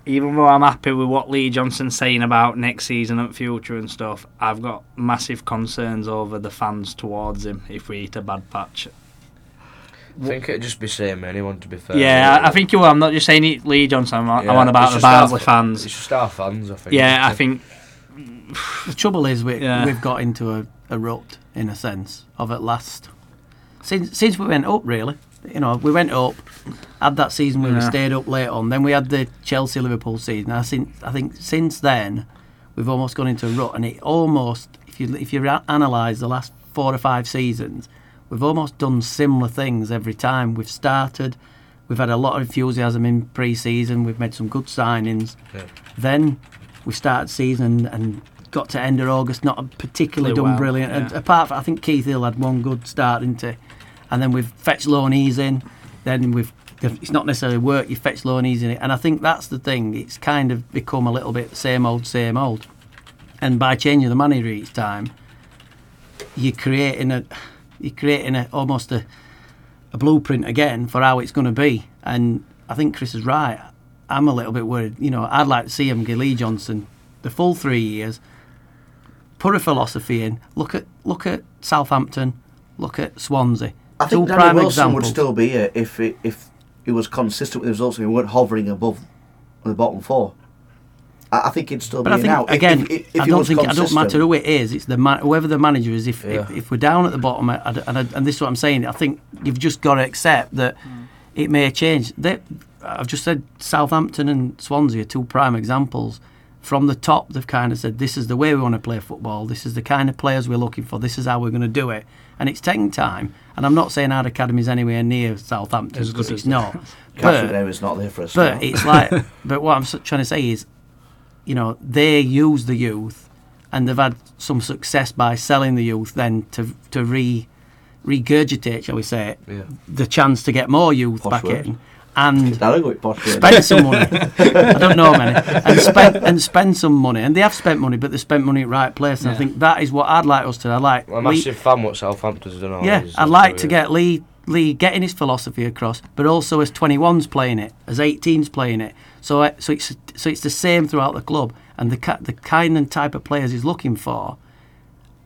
even though I'm happy with what Lee Johnson's saying about next season and future and stuff, I've got massive concerns over the fans towards him if we hit a bad patch.
I think it'd just be same anyone to be fair.
yeah, I, I think you are. I'm not just saying it, Lee Johnson. I'm, on- I'm
Yeah,
on about
it's
the
just our-
Barnsley fans.
It's just our fans, I think.
Yeah, I think
The trouble is we
Yeah.
we've got into a, a rut in a sense of at last since since we went up really. You know, we went up, had that season where we
Yeah.
stayed up late on. Then we had the Chelsea Liverpool season. I think I think since then we've almost gone into a rut, and it almost if you if you ra- analyse the last four or five seasons, we've almost done similar things every time. We've started, we've had a lot of enthusiasm in pre-season. We've made some good signings.
Yeah.
Then we started season and got to end of August, not particularly
Blew
done
well,
brilliant. And
yeah.
apart from, I think Keith Hill had one good start, didn't he? And then we've fetched Loneys in. Then we've it's not necessarily work. You fetch Loneys in it, and I think that's the thing. It's kind of become a little bit same old, same old. And by changing the manager each time, you're creating a you're creating a, almost a a blueprint again for how it's going to be. And I think Chris is right. I'm a little bit worried. You know, I'd like to see him, Gilly Johnson, the full three years, put a philosophy in. Look at look at Southampton, look at Swansea.
I think
Two
Danny
prime
Wilson would
examples.
still be here if it, if he was consistent with the results and he weren't hovering above the bottom four. I, I think he'd still
but
be
I think
here now. If-
again,
if, if, if
I
he
don't
was
think I don't
consistent.
matter who it is. It's the man, whoever the manager is. If, if
Yeah.
if we're down at the bottom, I, I- and I, and this is what I'm saying. I think you've just got to accept that
Mm.
it may change. They, I've just said Southampton and Swansea are two prime examples. From the top, they've kind of said this is the way we want to play football. This is the kind of players we're looking for. This is how we're going to do it, and it's taking time. And I'm not saying our academy's anywhere near Southampton
As good
because
as
it's
the- *laughs*
not.
Catchment
But-
area is not there for us.
but it's
*laughs*
like, but what I'm s- trying to say is, you know, they use the youth, and they've had some success by selling the youth. Then to to re regurgitate, shall we say,
Yeah.
the chance to get more youth
Posh
back
word.
in, and
Now, don't go with posh words.
spend some
*laughs*
money. I don't know many, and spend and spend some money, and they have spent money, but they spent money at right place. And I
Yeah.
think that is what I'd like us to. I like
I'm a
we-
massive fan what Southampton's done. all
yeah,
this,
I'd like to
so,
get Lee Lee getting his philosophy across, but also as 21s playing it, as 18s playing it. So uh, so it's so it's the same throughout the club, and the ki- the kind and type of players he's looking for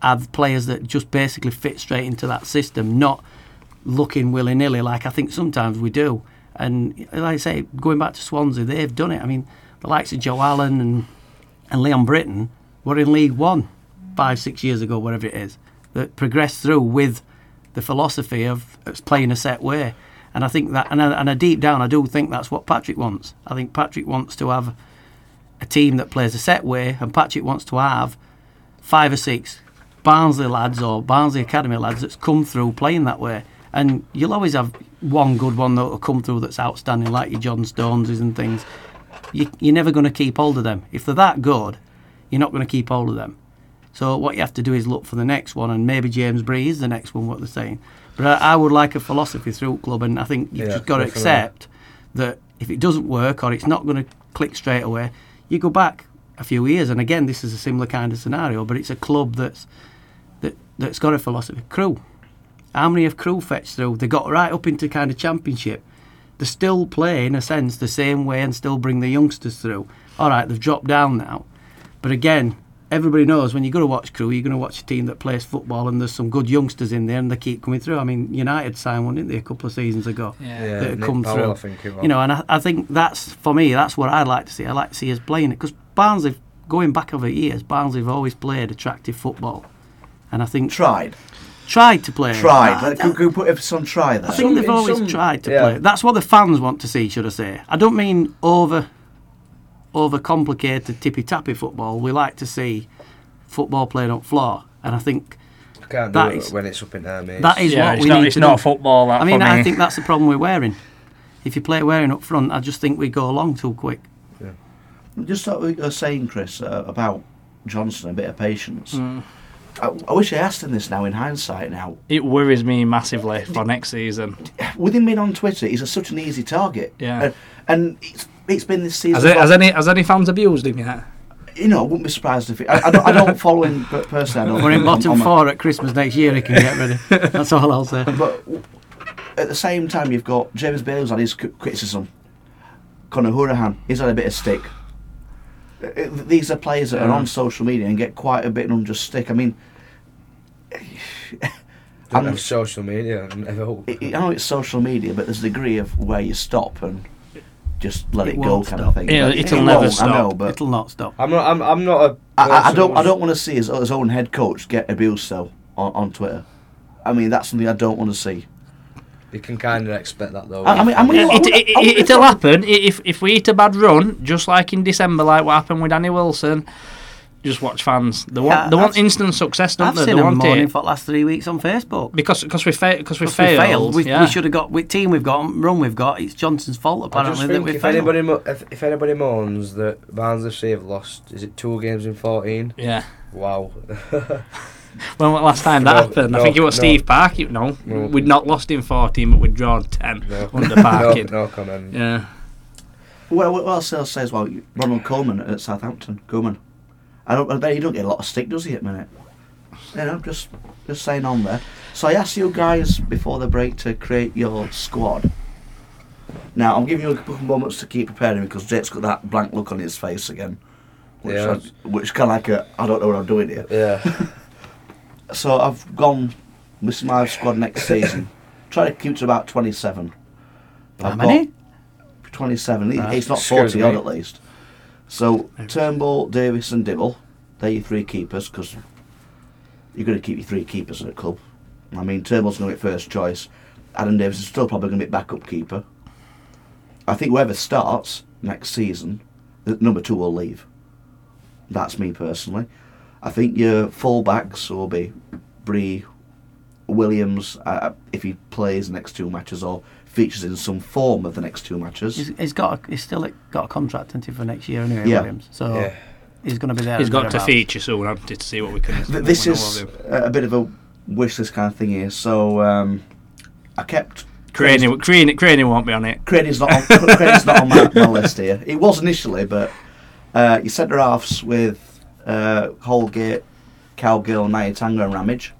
are the players that just basically fit straight into that system, not looking willy nilly like I think sometimes we do. And like I say, going back to Swansea, they've done it. I mean, the likes of Joe Allen and and Leon Britton were in League One five, six years ago, whatever it is, that progressed through with the philosophy of of playing a set way. And I think that, and, I- and I deep down, I do think that's what Patrick wants. I think Patrick wants to have a team that plays a set way, and Patrick wants to have five or six Barnsley lads or Barnsley Academy lads that's come through playing that way. And you'll always have one good one that'll come through that's outstanding, like your John Stoneses and things. You, you're never going to keep hold of them. If they're that good, you're not going to keep hold of them. So what you have to do is look for the next one, and maybe James Bree is the next one. What they're saying, but I, I would like a philosophy through club, and I think you've
Yeah,
just got to
definitely.
accept that if it doesn't work or it's not going to click straight away, you go back a few years, and again, this is a similar kind of scenario, but it's a club that's that that's got a philosophy. Crew, how many of crew fetched through? They got right up into kind of championship. They still play in a sense the same way and still bring the youngsters through. All right, they've dropped down now, But again, everybody knows when you're going to watch Crew, you're going to watch a team that plays football, and there's some good youngsters in there, and they keep coming through. I mean, United signed one, didn't they, a couple of seasons ago?
Yeah.
Yeah,
that
Nick
come
Powell,
through.
I think it was.
You know, and I, I think that's for me. That's what I'd like to see. I like to see us playing it because Barnsley, going back over years, Barnsley have always played attractive football, and I think
Tried.
tried to play. it.
Tried.
I,
Like, could, could we put emphasis on try there?
Oh, I think
Some-
they've
in
always
some-
tried to
yeah.
play. it. That's what the fans want to see, should I say? I don't mean over, over complicated tippy tappy football. We like to see football played up floor, and I think
I can't
that
do
is-
it when it's up in there, mate.
that is
Yeah,
what
it's
we
not,
need
it's
to
not
do.
football. That
I mean,
for me.
I think that's the problem with wearing. If you play wearing up front, I just think we go along too quick.
Just what you were saying, Chris, uh, about Johnson, a bit of patience.
Mm.
I, I wish I asked him this now in hindsight. Now, *coughs*
it worries me massively for next season.
with him being on Twitter, he's a, such an easy target.
Yeah.
And, and it's, it's been this season.
Has, it, has any has any fans abused him yet?
you know, I wouldn't be surprised if he, I, I, don't, I don't follow him per- personally. I don't
We're in
*laughs*
I'm- I'm-
bottom
I'm a-
four at Christmas next year. He can get ready. That's all I'll say.
But w- at the same time, you've got James Bale's had his c- criticism. Conor Hourihan, he's had a bit of stick. Uh, uh, These are players that are on social media and get quite a bit of unjust stick. I mean,
Don't
I'm-
have social media. I'm never hope.
it, it- I know it's social media, but there's a degree of where you stop and just let
It
it, go,
won't
kind
stop.
of thing.
Yeah,
But
it'll
it
never
won't, I know,
stop.
but
It'll not stop.
I'm not. I'm, I'm not a.
I, I, I don't. I
person
don't want to see his, his own head coach get abused though on, on Twitter. I mean, that's something I don't want to see.
who's- You can kind of expect that though.
I, I mean, I mean, I
It,
wouldn't- I wouldn't
it, will happen i- if if we eat a bad run, just like in December, like what happened with Danny Wilson. Just watch fans. They want
Yeah,
they want
I've-
instant success, don't
I've
they?
seen
they
him
want
moaning
it
for the last three weeks on Facebook.
because because we failed because we
Because we
failed.
failed. We,
yeah.
we should have got with team we've got run we've got. It's Johnson's fault
I just
apparently that
think
we
if
failed.
anybody, mo- if, if anybody moans that Barnsley FC have lost, is it two games in 14?
yeah.
Wow. *laughs*
When was the last time that
No,
happened? I
no,
think it was
no.
Steve Park. You know,
No.
we'd not lost in fourteen, but we'd drawn ten
*laughs* No.
under
no,
Parkin.
no comment.
Yeah.
Well, what else I'll say as well? Ronald Coleman at Southampton. Coleman. I don't. I bet he don't get a lot of stick, does he? At the minute. You know, just just saying on there. So I asked you guys before the break to create your squad. Now I'm giving you a couple of moments to keep preparing because Jake's got that blank look on his face again, which
Yeah.
I, which kind of like a I don't know what I'm doing here.
Yeah.
*laughs*
So I've gone with my squad next
*coughs*
season. Try to keep to about 27.
How many? Ah,
27. It-
Right.
It's not
Excuse
40 odd
me.
at least. So Turnbull, Davis, and Dibble, they're your three keepers because you're going to keep your three keepers at a club. I mean, Turnbull's going to be first choice. Adam Davis is still probably going to be backup keeper. I think whoever starts next season, the number two will leave. That's me personally. I think your fullbacks will be Bree, Williams, uh, if he plays the next two matches or features in some form of the next two matches.
He's, he's got a, he's still got a contract until for next year anyway.
Yeah.
Williams, so
Yeah.
he's going to be there.
He's
and
got to
thereabouts.
feature soon, haven't he, to see what we can.
Th- this
we know of
is
him.
a a bit of a wish list kind of thing here. So um, I kept.
Craney, Craney, Craney won't be on it.
Crady's not on, *laughs* Crady's not on my, my list here. It was initially, but uh, your centre halves with uh, Holgate, Cowgill, Nayatanga, and Ramage.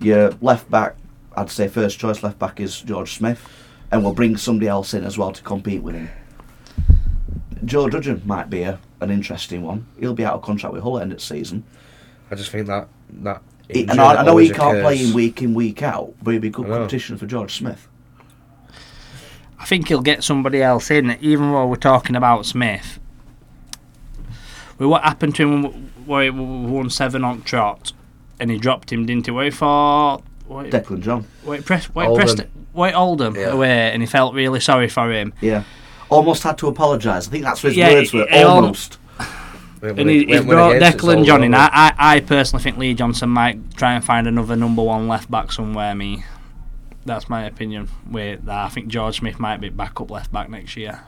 Your left back, I'd say first choice left back is George Smith, and we'll bring somebody else in as well to compete with him. Joe Dudgeon might be a, an interesting one. He'll be out of contract with Hull at the end of the season.
I just think that that.
He- and
injury
I, I know he
always
can't play
occurs.
in week in week out, but he'd be good
I know.
competition for George Smith.
I think he'll get somebody else in, even while we're talking about Smith. With what happened to him when we we won seven on trot, and he dropped him, didn't he? Wait for wait,
Declan John,
wait, Pres- wait,
Oldham.
Preston, wait, Oldham
Yeah.
away, and he felt really sorry for him.
yeah, almost had to apologise. I think that's what his
Yeah,
words were.
he- he al-
almost.
When- when
And he,
it-
he
when- when
brought
it hits, it's
Declan
all
John in.
over.
I, I, I personally think Lee Johnson might try and find another number one left back somewhere. Me, that's my opinion. With that, I think George Smith might be back up left back next year.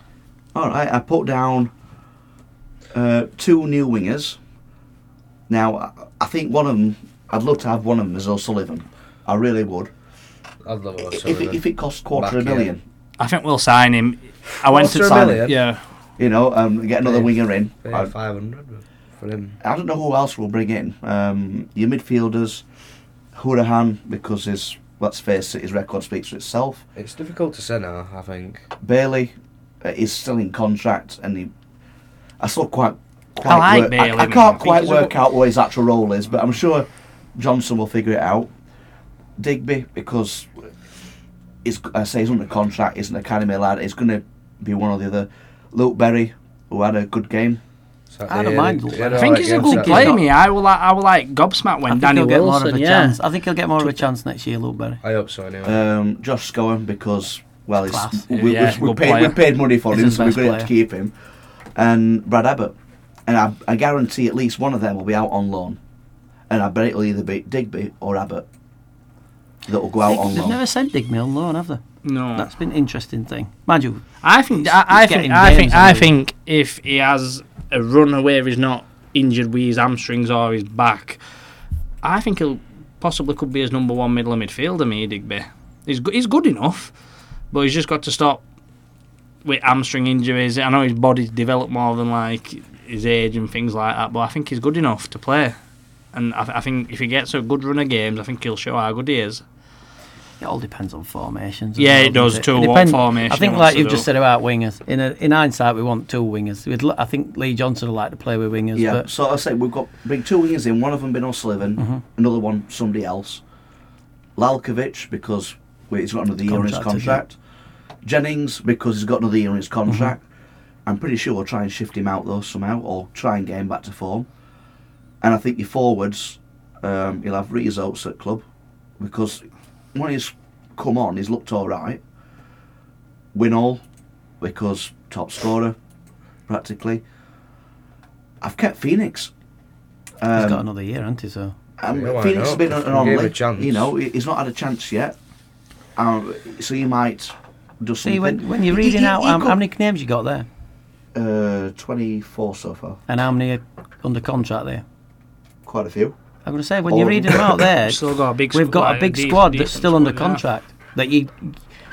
All right, I put down uh, two new wingers. Now, I- I think one of them, I'd love to have one of them as O'Sullivan. I really would.
I'd love
I-
it.
If, it- if it costs quarter
Back,
of a
yeah.
million,
I think we'll sign him. I went
Quarter
to
of a
sign
million?
Yeah,
you know, um, get another winger in. I,
five hundred for him.
I don't know who else we'll bring in. Um, your midfielders, Hurahan, because his, let's face it, his record speaks for itself.
It's difficult to say now. I think.
Bailey uh, is still in contract, and he, I saw quite quite
like
work,
Bailey,
I, I
man.
can't quite
He's a-
work out what his actual role is, but I'm sure Johnson will figure it out. Digby, because he's, I say he's under contract, he's an academy lad, he's going to be one or the other. Luke Berry, who had a good game.
Saturday,
I don't mind
he
Luke Berry.
had
I
all
think
right
he's a
games
good
Saturday.
player.
play, me. I will, I will like gobsmacked
I
when
think
Danny
he'll get more
Wilson,
of a
yeah.
chance. I think he'll get more of a chance next year, Luke Berry.
I hope so, anyway.
Um, Josh Scowen, because, well, he's,
Class.
we, we-
Yeah,
we,
good
paid, we
player.
paid money for
He's
him,
his
so we're
best
going to have to
player.
keep him. And Brad Abbott. And I, I guarantee at least one of them will be out on loan. And I bet it'll either be Digby or Abbott that will go out
Dig-
on
They've
loan.
never sent Digby on loan, have they?
No,
That's been an interesting thing. Mind you,
I think I, I
he's
think
getting
I
games
think
under
I
him.
think if he has a run where he's not injured with his hamstrings or his back, I think he'll possibly could be his number one middle and midfielder. Me Digby, he's go- he's good enough, but he's just got to stop with hamstring injuries. I know his body's developed more than like his age and things like that, but I think he's good enough to play. And I, th- I think if he gets a good run of games, I think he'll show how good he is.
It all depends on formations. as
Yeah,
well,
it does
doesn't
too,
It
what
depend-
formation
I think,
he wants
like
to
you've
do.
just said about wingers. In a, in hindsight, we want two wingers. We'd l- I think Lee Johnson would like to play with wingers.
Yeah,
but Mm-hmm.
so I say we've got big two wingers in. One of them been O'Sullivan, another one somebody else. Lalkovic because well, he's got another year on his
Contract, isn't
contract. Jennings because he's got another year on his contract. I'm pretty sure we'll try and shift him out though somehow, or try and get him back to form. And I think your forwards, um, he'll have Rees Oates at club because when he's come on, he's looked all right. Win all because top scorer practically. I've kept Phoenix.
he's
Um,
got another year, hasn't he? So
um,
Yeah, why
Phoenix
not?
has been an
Give him a
anomaly.
chance.
You know, he- he's not had a chance yet. Um, so he might do something.
see when, when you're
He- he-
reading out
he
how, how
could-
many names you got there
Uh, 24 so far.
and how many are under contract there.
Quite a few.
I'm going to say when
All
you're
of
reading
them.
them out there,
*laughs* We've still got a big
we've got
squad,
a big
decent-
squad that's
decent
still under
squad, yeah.
contract. That you,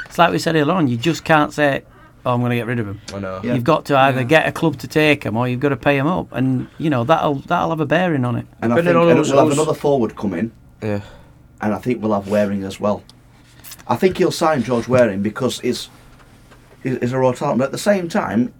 it's like we said earlier on. You just can't say, "Oh, I'm going to get rid of him."
I know.
Yeah.
You've got to either get a club to take him, or you've got to pay him up, and you know that'll that'll have a bearing on it.
And I
But
think
then all
and
those-
we'll have
those-
another forward come in,
Yeah.
and I think we'll have Waring as well. I think he'll sign George Waring because it's he's, he's a raw talent. But at the same time,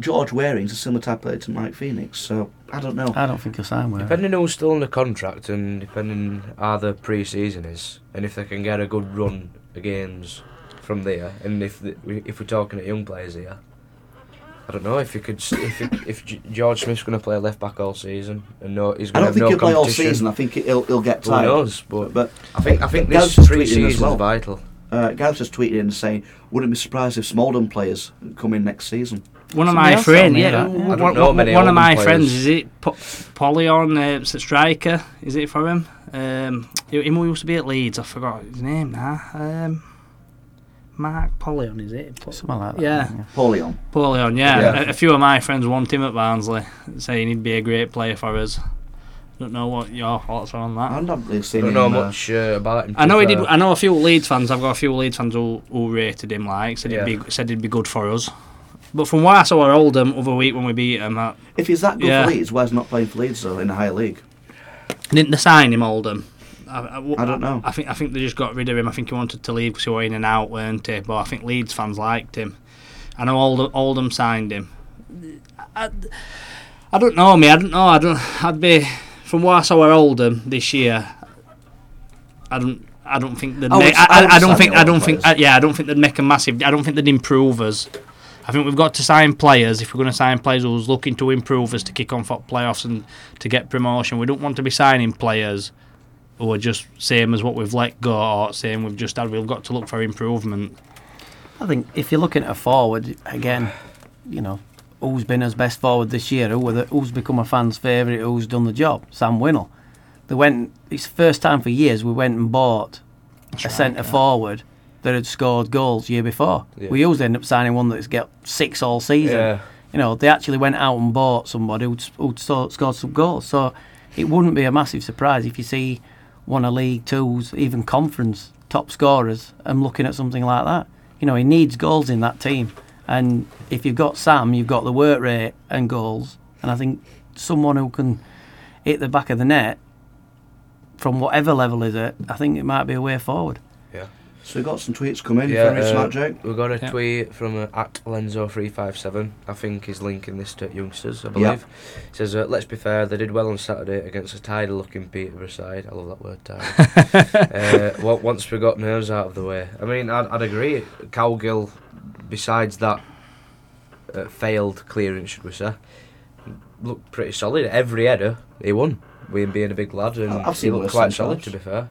George Waring's a similar type player to Mike Phoenix. So I don't know.
I don't think he'll sign with him.
Depending who's still under contract and depending how the pre-season is, and if they can get a good run of games from there, and if the, we- if we're talking at young players here, I don't know if you could s- if you- if G- George Smith's going to play left back all season and no he's
I
going to
don't
have
think
no
he'll play all
competition.
season. I think he'll, he'll get
Who
tired.
knows? But,
But
I think I think
Gaz
this
was tweeting as
pre-season
well.
is vital.
Uh, Gareth just tweeted in saying, "Wouldn't be surprised if Smolden players come in next season."
One
Somebody
of my
else told
friends,
me
yeah,
that.
w-
I
don't
one,
know
one-
many
one of
Oldham
my
players.
friends is it po- Polyon, uh, s- striker? Is it for him? Um, he- him who used to be at Leeds, I forgot his name now. Um, Mark Polyon, is it? Po-
Something like that.
Yeah.
Paulion.
Polyon, yeah.
Yeah.
A, a few of my friends want him at Barnsley, saying he'd be a great player for us. Don't know what your thoughts are on that.
I haven't really
I
seen
don't
him.
know
uh,
much uh, about him. to
I know
be
he did.
fair.
I know a few Leeds fans. I've got a few Leeds fans who, who rated him like said
Yeah.
it'd be said it'd be good for us. But from what I saw at Oldham other week when we beat them, I,
If he's that good
Yeah.
for Leeds, why is he not playing for Leeds though in the higher league?
didn't they sign him Oldham? I, I w-
I don't know.
I think I think they just got rid of him. I think he wanted to leave because he were in and out, weren't he? But I think Leeds fans liked him. I know Oldham, Oldham signed him. I, I don't know, me. I don't know. I don't. I'd be from what I saw at Oldham this year. I don't. I don't think they'd.
I would-
make,
I
I, I,
would
I don't
sign
think.
the
I don't
Oldham
think.
players.
I, yeah, I don't think they'd make a massive. I don't think they'd improve us. I think we've got to sign players if we're going to sign players who's looking to improve us to kick on for playoffs and to get promotion. We don't want to be signing players who are just same as what we've let go or same we've just had. We've got to look for improvement.
I think if you're looking at a forward again, you know who's been as best forward this year, who were the, who's become a fan's favourite, who's done the job, Sam Winnell. They went. It's the first time for years we went and bought a centre forward that had scored goals year before.
Yeah.
We always end up signing one that's got six all season.
Yeah.
You know they actually went out and bought somebody who'd, who'd so- scored some goals. So it wouldn't be a massive surprise if you see one of League Two's, even conference top scorers, and looking at something like that. You know, he needs goals in that team. And if you've got Sam, you've got the work rate and goals. And I think someone who can hit the back of the net from whatever level is it, I think it might be a way forward.
Yeah.
So we got some tweets coming
Yeah,
from Rich
uh,
Smart Jake.
We got a
Yeah.
tweet from uh, at Lenzo357. I think he's linking this to youngsters, I believe. It says, uh, let's be fair, they did well on Saturday against a tidy looking Peterborough side. I love that word, tidy. uh, wa- once we got nerves out of the way. I mean, I'd, I'd agree. Cowgill, besides that uh, failed clearance, should we say, looked pretty solid. Every header, he won. with him being a big lad, and
I've
he
seen
looked
worse
quite solid,
sometimes.
to be fair.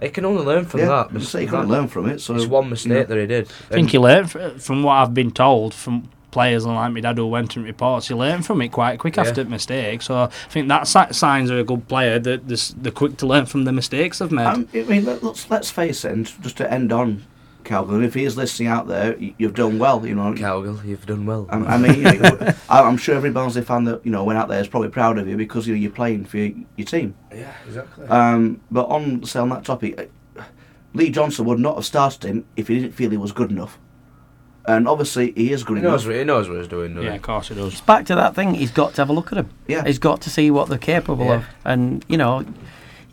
He can only learn from
yeah,
that.
you
but
say you
that-
couldn't learn from it. So
it's one mistake
yeah.
that he did.
I think you learn fr- from what I've been told from players and like my dad who went and reports. You learn from it quite quick
Yeah.
after mistakes. So I think that si- signs are a good player that they're, s- they're quick to learn from the mistakes they've made.
Um, I mean, let, let's let's face it, and just to end on Calgary, if he is listening out there, y- you've done well. You know,
Cowgill, you've done well.
I, I mean, you know, *laughs* I- I'm sure every Barnsley fan that you know went out there is probably proud of you because you know you're playing for your, your team.
yeah, exactly.
Um, but on say on that topic, uh, Lee Johnson would not have started him if he didn't feel he was good enough. And obviously, he is good
he
enough.
knows what he knows what he's doing. Doesn't
yeah, of course it does.
back to that thing, he's got to have a look at them.
Yeah.
He's got to see what they're capable
Yeah.
of. And, you know,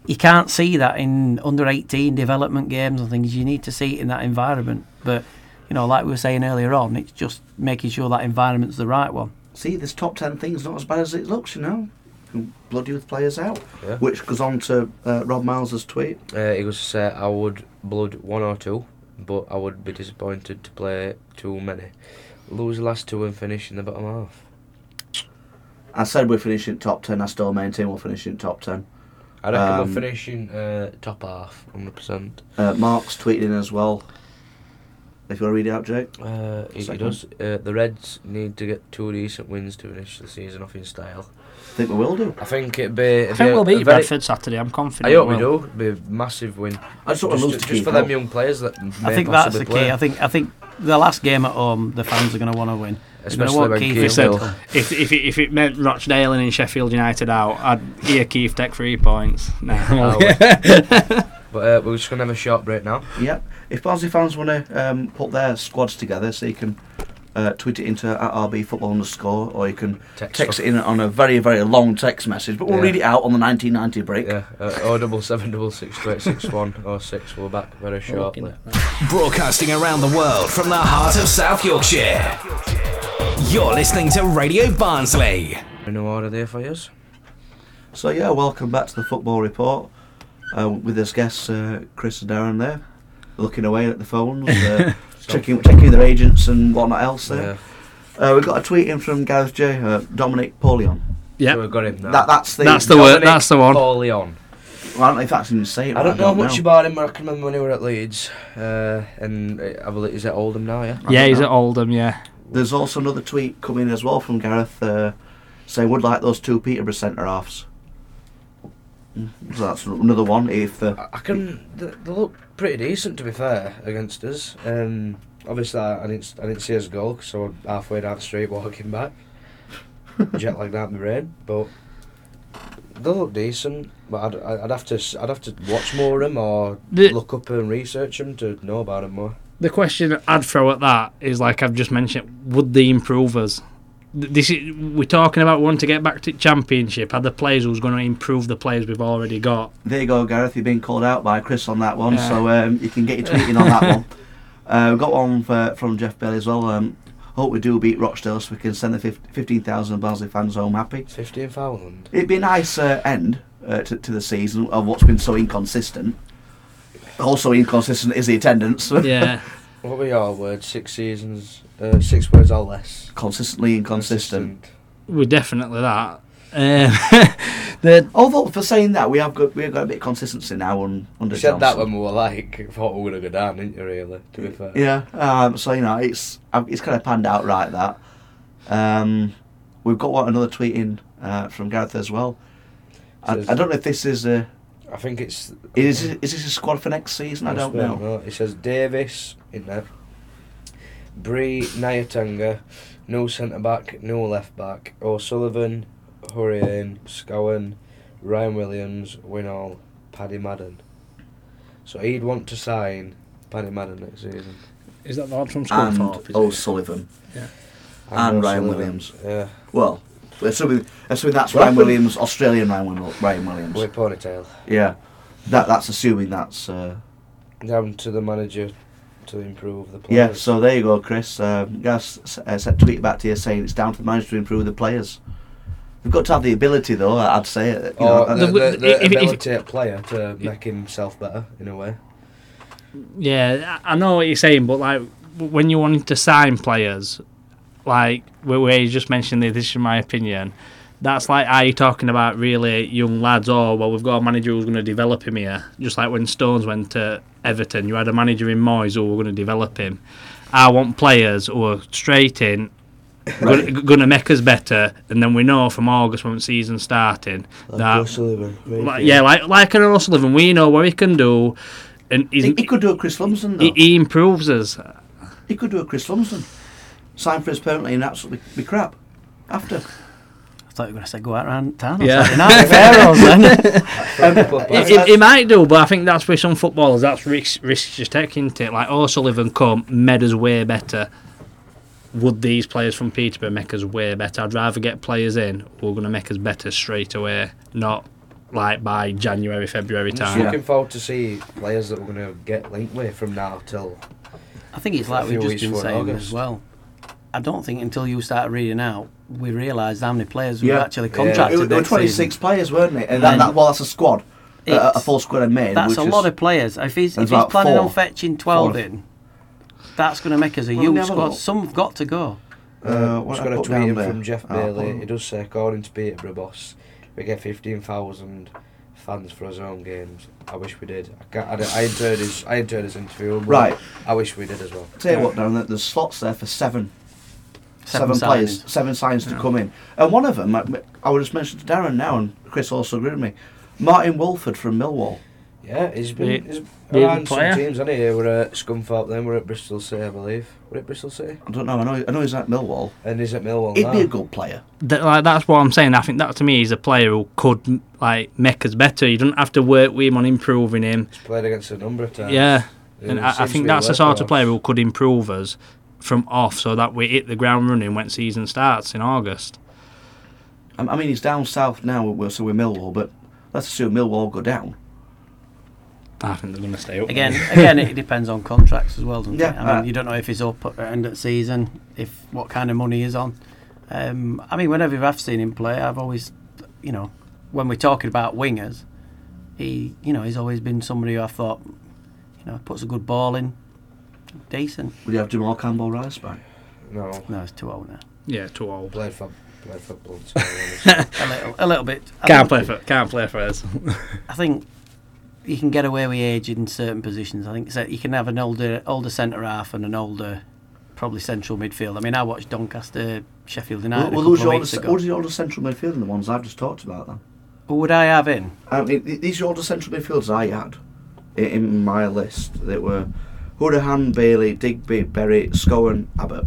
you can't see that in under 18 development games and things. You need to see it in that environment. But, you know, like we were saying earlier on, it's just making sure that environment's the right one.
See, this top ten thing's not as bad as it looks. You know, Can bloody with players out,
Yeah.
which goes on to uh, Rob Miles's tweet.
he? Uh, he was to say, I would blood one or two, but I would be disappointed to play too many. Lose the last two and finish in the bottom half.
I said we're finishing top ten. I still maintain we're finishing top ten.
I reckon
Um,
we're finishing uh, top half, 100%.
Uh, Mark's tweeted in as well. If you want to read it out, Jake.
Uh, he, he
Second.
does. Uh, the Reds need to get two decent wins to finish the season off in style.
I think we will do.
I think it'd be.
I think we'll beat
a very-
Bradford Saturday. I'm confident.
I hope we
we'll.
do. It'd be a massive win.
I just want to
just,
lose
just,
to keep
for them
up.
young players that may
I think that's
possibly
the key.
play.
I think I think the last game at home, the fans are going to want to win. They're gonna
Especially
want
when
Keith
Keith
to
said-
come.
If, if, it, if it meant Rochdale and in Sheffield United out, I'd hear Keith take three points.
*laughs*
No.
Oh, well. *laughs* but uh, we're just gonna have a short break now.
Yep. If Barnsley fans want to um, put their squads together, so you can uh, tweet it into at RB football underscore, or you can
Text
text
us.
it in on a very very long text message. But we'll
Yeah.
read it out on the 1990 break.
Yeah, uh, oh double seven double six two eight six one oh six. We're back very shortly.
Broadcasting around the world from the heart of South Yorkshire. You're listening to Radio Barnsley.
In order there for you.
So yeah, welcome back to the football report uh, with us guests uh, Chris and Darren there, looking away at the phones,
*laughs*
uh, checking checking their agents and whatnot else there.
Yeah,
Uh, we've got a tweet in from Gareth J. Uh, Dominic Paulion.
so
yeah.
we've got him now.
That, that's the.
That's the word.
Dominic
That's the one.
Corleone.
I don't know if that's even say it.
I
right,
don't know much about him, but I can remember when he were at Leeds, uh, and uh, I believe he's at Oldham now. Yeah.
Yeah, he's
know.
at Oldham. Yeah.
There's also another tweet coming as well from Gareth uh, saying would like those two Peterborough centre halves. So that's another one. If uh,
I I can. They, they look pretty decent, to be fair, against us. Um, obviously, I, I didn't. I didn't see his goal because I was halfway down the street walking back, jet lagged out my brain. But they look decent. But I'd, I'd have to. s- I'd have to watch more of them or
The-
look up and research them to know about them more.
the question I'd throw at that is like I've just mentioned: would they improve us? Th- This is, we're talking about wanting to get back to championship. Are the players who's going to improve the players we've already got?
there you go, Gareth, you've been called out by Chris on that one,
Yeah.
so um, you can get
*laughs*
your tweeting on that one. Uh, we've got one for, from Jeff Bailey as well. Um, hope we do beat Rochdale so we can send the fif- 15,000 Barnsley fans home happy.
Fifteen thousand.
It'd be a nice uh, end uh, to, to the season of what's been so inconsistent. Also inconsistent is the attendance.
*laughs* Yeah,
What were your words? Six seasons. Uh, six words or less.
Consistently inconsistent.
we're definitely that. Um, the
Although for saying that, we have got we have got a bit of consistency now on under
You said that
Johnson.
when we were like, thought we were gonna go down, didn't you? Really, to be fair.
Yeah, um, so you know it's um, it's kind of panned out right that. Um, we've got one, another tweet in uh, from Gareth as well. I,
Says-
I don't know if this is a
I think it's.
is this- is this a squad for next season? I don't know.
It says Davis in there. Bree, Nyatanga, no centre back, no left back. O'Sullivan, Hurrian, Scowen, Ryan Williams, Winall, Paddy Madden. So he'd want to sign Paddy Madden next season.
is that the one from
And
Scunthorpe?
oh,
is it?
O'Sullivan. And Ryan
O'Sullivan.
Williams.
Yeah,
Well, assuming assuming that's
What
Ryan
happened-
Williams, Australian Ryan, Wil- Ryan Williams.
with ponytail.
Yeah, that that's assuming that's uh,
down to the manager to improve the players.
Yeah, so there you go, Chris. Um, guys, s- uh, sent a tweet back to you saying it's down to the manager to improve the players. They've got to have the ability, though. I- I'd say it. You know,
or
uh,
Oh, the,
The-
the, the
if- if-
ability of player to make himself better in a way.
Yeah, I I know what you're saying, but like w- when you're wanting to sign players, like where, where you just mentioned the this is my opinion. That's like are you talking about really young lads or well we've got a manager who's going to develop him here just like when Stones went to Everton you had a manager in Moyes who were going to develop him I want players who are straight in going to make us better and then we know from August when season starting that like, yeah like like an O'Sullivan we know what he can do and he's,
he, he could do a Chris Lumsden, though.
he, he improves us.
He could do a Chris Lumsden. Sign for his permanently and absolutely be crap.
*laughs*
After.
I thought you were going to say go out around town.
Yeah.
Yeah. Night, Pharaohs, then.
He, he- he might do, but I think that's where some footballers that's risks risks just taking it. Like O'Sullivan come made us way better. Would these players from Peterborough make us way better? I'd rather get players in who are going to make us better straight away, not like by January, February
I'm just
time.
looking forward to see players that we're going to get linked with from now till.
I think it's
A
like
few
we've just
weeks
been
for
saying
August.
as well. I don't think until you start reading out, we realised how many players we've
Yeah.
actually
Yeah.
contracted.
It were- There were
next
26
season.
players, weren't it? And that,
And
that, well, that's a squad. Uh, A, a
it's-
full squad I made.
That's
which
a
is,
lot of players. If he's,
There's
if he's
about
planning on
four.
fetching 12
Four.
in, that's going to make us a
Well,
huge
never
squad.
look.
Some've got to go.
Uh,
I'm
what
just
I
going to
put
tweet
down
him
there.
from Jeff
Ah,
Bailey.
oh.
It does say, according to Peterborough boss, we get 15,000 fans for his own games. I wish we did. I, can't, I, don't- I hadn't heard his. I hadn't heard his interview. but
Right.
I wish we did as well.
Tell you what, Darren, there- there's slots there for seven. Seven,
Seven
players,
signings.
seven signs to come in. And one of them, I, I would just mention to Darren now, and Chris also agreed with me, Martin Wolford from Millwall.
Yeah, he's
Be-
been, he's
be a
around
good
some
player.
teams, hasn't he? We We're at Scunthorpe, then we're at Bristol City, I believe. We're at Bristol City,
I don't know, I know, I know he's at
Oh,
Millwall.
and he's at Millwall
He'd
now.
be a good player.
That, like that's what I'm saying. I think that to me is a player who could like make us better. You don't have to work with him on improving him.
Played against a number of times.
Yeah.
Yeah,
And
it
I, I
seems to
think
be
that's the
working
sort
well.
of player who could improve us from off so that we hit the ground running when season starts in August.
I, I mean, he's down south now, we're- so we're Millwall, but let's assume Millwall go down.
I think they're going to stay up. *laughs*
Again, again, it depends on contracts as well, doesn't
Yeah,
it? I mean,
uh,
you don't know if he's up at the end of the season, if what kind of money he's on. Um, I mean, whenever I've seen him play, I've always, you know, when we're talking about wingers, he, you know, he's always been somebody who I thought, you know, puts a good ball in, decent.
Would you have Jamal Campbell Rice back?
No,
No, it's too old now.
yeah, too old.
played for played for Blunt.
*laughs*
to be honest.
A little, a little bit. I
Can't
think-
play for can't play for us.
I think you can get away with age in certain positions. I think so you can have an older older centre half and an older probably central midfield. I mean, I watched Doncaster Sheffield
Well,
United
well,
a
who's
couple
your
of
older,
weeks
ce-
ago.
who's your older central midfielder than the ones I've just talked about then?
Who would I have in?
I mean, th- Um, these are all the central midfielders I had i- in my list that were Houlihan, Bailey, Digby, Berry, Scowen, Abbott.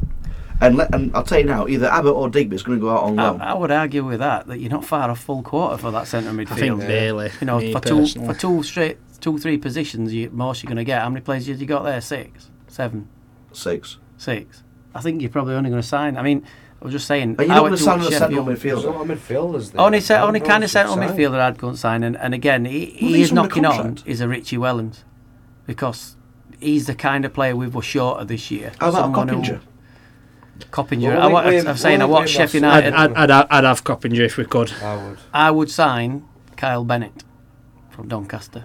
And, let, and I'll tell you now, either Abbott or Digby's going to go out on loan.
I, I would argue with that that you're not far off full quarter for that centre midfield.
I think Bailey.
you know,
me
for two,
personally.
for two straight, two three positions, you most you're going to get. How many players have you got there? Six, seven,
Six.
six. I think you're probably only going to sign. I mean, I was just saying.
Are you
I
not
went
going to
to
sign on the central
Sheffield-
There's a
midfielder?
lot of midfielders there.
Only, se-
Yeah,
only
bro,
kind of
should
central
sign.
midfielder I'd go and sign, and, and again, he,
Well,
he is
he's under
knocking on
contract.
is a Richie Wellens because he's the kind of player we were short of this year.
How about
Someone who-
Coppinger?
Coppinger.
Well,
I,
we-
wa-
we-
I'm saying I
well, we-
watched Sheffield
we've-
I'd,
United. I,
I'd, I'd, I'd have Coppinger if we could.
I would.
would sign Kyle Bennett from Doncaster.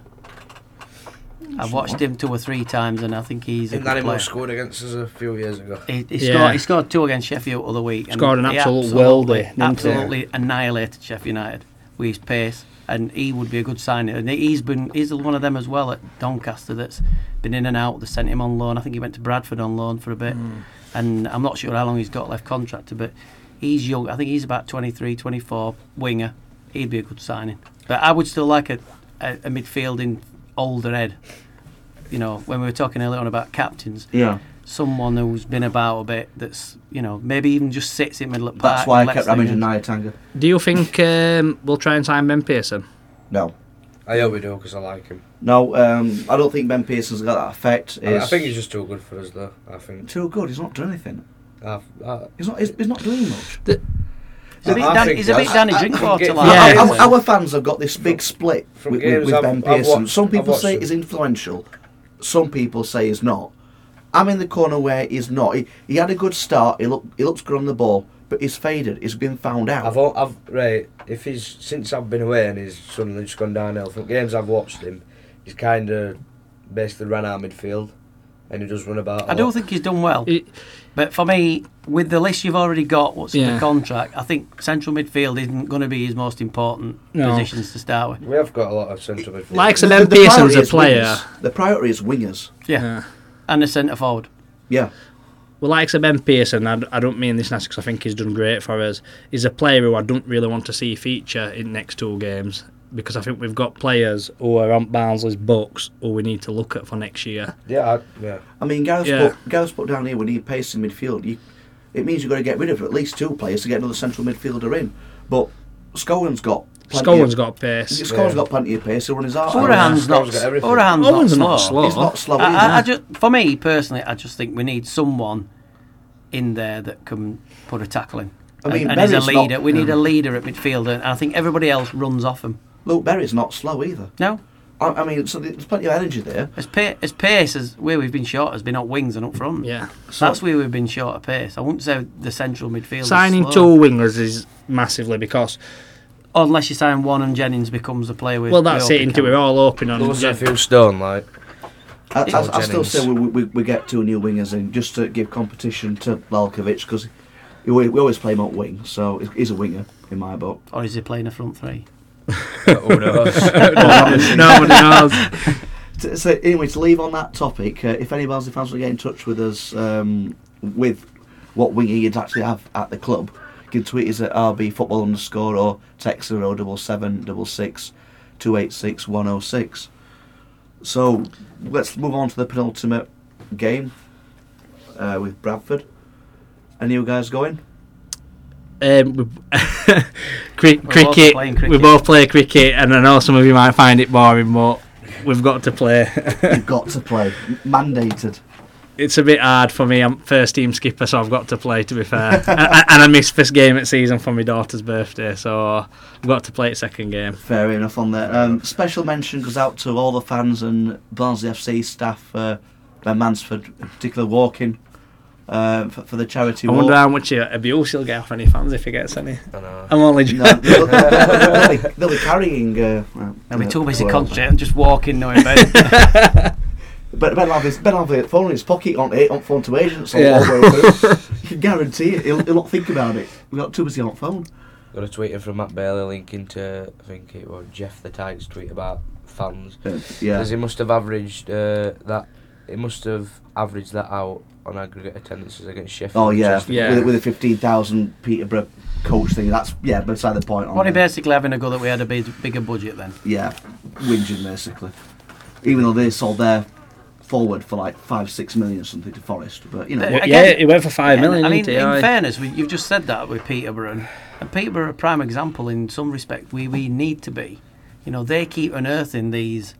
I've watched him two or three times, and I think he's a
Isn't
good
that him who
player.
scored against us a few years ago?
He, he,
Yeah.
scored, he scored two against Sheffield other week. And
Scored an
he
absolute
absolutely-
worldie, didn't he?
Absolutely annihilated Sheffield United with his pace, and he would be a good signing. And he's been he's one of them as well at Doncaster that's been in and out. They sent him on loan. I think he went to Bradford on loan for a bit,
Hmm.
and I'm not sure how long he's got left contracted, but he's young. I think he's about 23, 24 winger. He'd be a good signing, but I would still like a a, a midfielding older head. You know, when we were talking earlier on about captains,
Yeah.
someone who's been about a bit that's you know maybe even just sits in middle of park
That's why
and
I kept
lets things-
Ramage and Nyatanga.
Do you think um, we'll try and sign Ben Pearson?
No.
I hope we do because I like him.
No, um, I don't think Ben Pearson's got that effect.
I, I
He's
think he's just too good for us though. I think.
too good. He's not doing anything.
I, I,
He's not, he's, he's not doing much.
he's a bit,
I- I
Dan-
think
he's a bit
that's-
Danny
I- I-
Drinkwater
I'm
like
getting- Yeah.
Our, our- our fans have got this big split
From
with,
games
with
I've-
Ben
I've
Pearson.
watched-
Some
I've
people
watched
say
him.
he's influential. some people say is not. I'm in the corner where he's not. He, he had a good start. He look he looks good on the ball, but he's faded. He's been found out.
I've, al- I've right. If he's since I've been away and he's suddenly just gone downhill from games I've watched him, he's kind of basically ran our midfield, and he does run about. I
I don't think he's done well.
It-
But for me, with the list you've already got, what's in
Yeah.
the contract, I think central midfield isn't going to be his most important
No.
positions to start with.
we have got a lot of central midfielders.
Like
The-
some-
the-
Ben
the
Pearson's
priority
a
is
player.
wingers. The priority is wingers.
Yeah.
Yeah.
And a centre forward.
Yeah.
Well, like Sir Ben Pearson, I, d- I don't mean this nasty because I think he's done great for us. He's a player who I don't really want to see feature in next two games because I think we've got players who are on Barnsley's books who we need to look at for next year.
yeah, I, yeah.
I mean, Gareth's,
Yeah.
put, Gareth's put down here when he paces in midfield. You, it means you've got to get rid of at least two players to get another central midfielder in. But Scowen's got. plenty of-
Scowen's got pace.
Scowen's
Yeah.
got plenty of pace. He'll run his heart out.
Orahan's not,
Scott's got everything.
Orahan's not
Owen's
slow.
not slow.
He's not slow.
I,
either.
I, I just, for me personally, I just think we need someone in there that can put a tackle in.
I mean,
and, and he's a
Berry's not-
leader. we need a leader at midfield, and I think everybody else runs off him.
Luke Berry's not slow either.
No,
I, I mean, so there's plenty of energy there.
as, pa- as pace as where we've been short has been up wings and up front.
Yeah.
that's where we've been short of pace. I wouldn't say the central midfield. is
Signing
slow.
two wingers is massively because,
unless you sign one and Jennings becomes a player with.
well, that's
we
it. Into we're all open on.
Lewis
Yeah.
and Phil Stone, like
I, I,
Or
I still
Jennings.
say we, we, we get two new wingers in just to give competition to Lalkovic because we, we always play him up wing, so he's a winger in my book.
Or is he playing a front three?
who knows? *laughs*
*laughs*
*laughs*
Nobody knows.
T- So anyway, to leave on that topic, uh, if any Barnsley fans want to get in touch with us um, with what winger you'd actually have at the club, you can tweet us at RB football underscore or text 07766286106. So let's move on to the penultimate game uh, with Bradford. Any of you guys going?
Um, we, *laughs* cri-
both
cricket,
playing
We
cricket.
both play cricket, and I know some of you might find it boring, but we've got to play.
You've got to play, mandated.
it's a bit hard for me. I'm first team skipper, so I've got to play. To be fair, *laughs* and, and I missed first game at season for my daughter's birthday, so I've got to play it second game.
Fair enough on that. Um, special mention goes out to all the fans and Barnsley FC staff, uh, Ben Mansford, in particular, walking uh, for, for the charity
I wonder
walk.
how much uh, abuse he'll get off any fans if he gets any.
I know.
I'm only. j-
No, they'll, they'll be, they'll be carrying. Uh, well,
They'll be
uh,
too busy
well,
concentrating, just walking, knowing
*laughs*
bed.
But Ben will have his Ben will have his phone in his pocket on it on phone to agents.
Yeah.
Yeah. *laughs* you can guarantee it. He'll, he'll not think about it. We got too busy on phone.
Got a tweet in from Matt Bailey linking to I think it was Jeff the Tights tweet about fans.
Uh,
Because
yeah.
he must have averaged uh, that. He must have averaged that out on aggregate attendances against Sheffield.
Oh yeah.
Manchester.
Yeah.
With, with a fifteen thousand Peterborough coach thing. That's yeah. Beside the point. On
Only
that.
basically having a go that we had a big, bigger budget then.
yeah, whinging basically. Even though they sold their forward for like five, six million or something to Forest, but you know,
But-
yeah,
Again-
he went for five
Yeah,
million.
I mean,
didn't he? Aye.
in fairness, we, you've just said that with Peterborough, and, and Peterborough are a prime example in some respect. We we need to be, you know, they keep unearthing these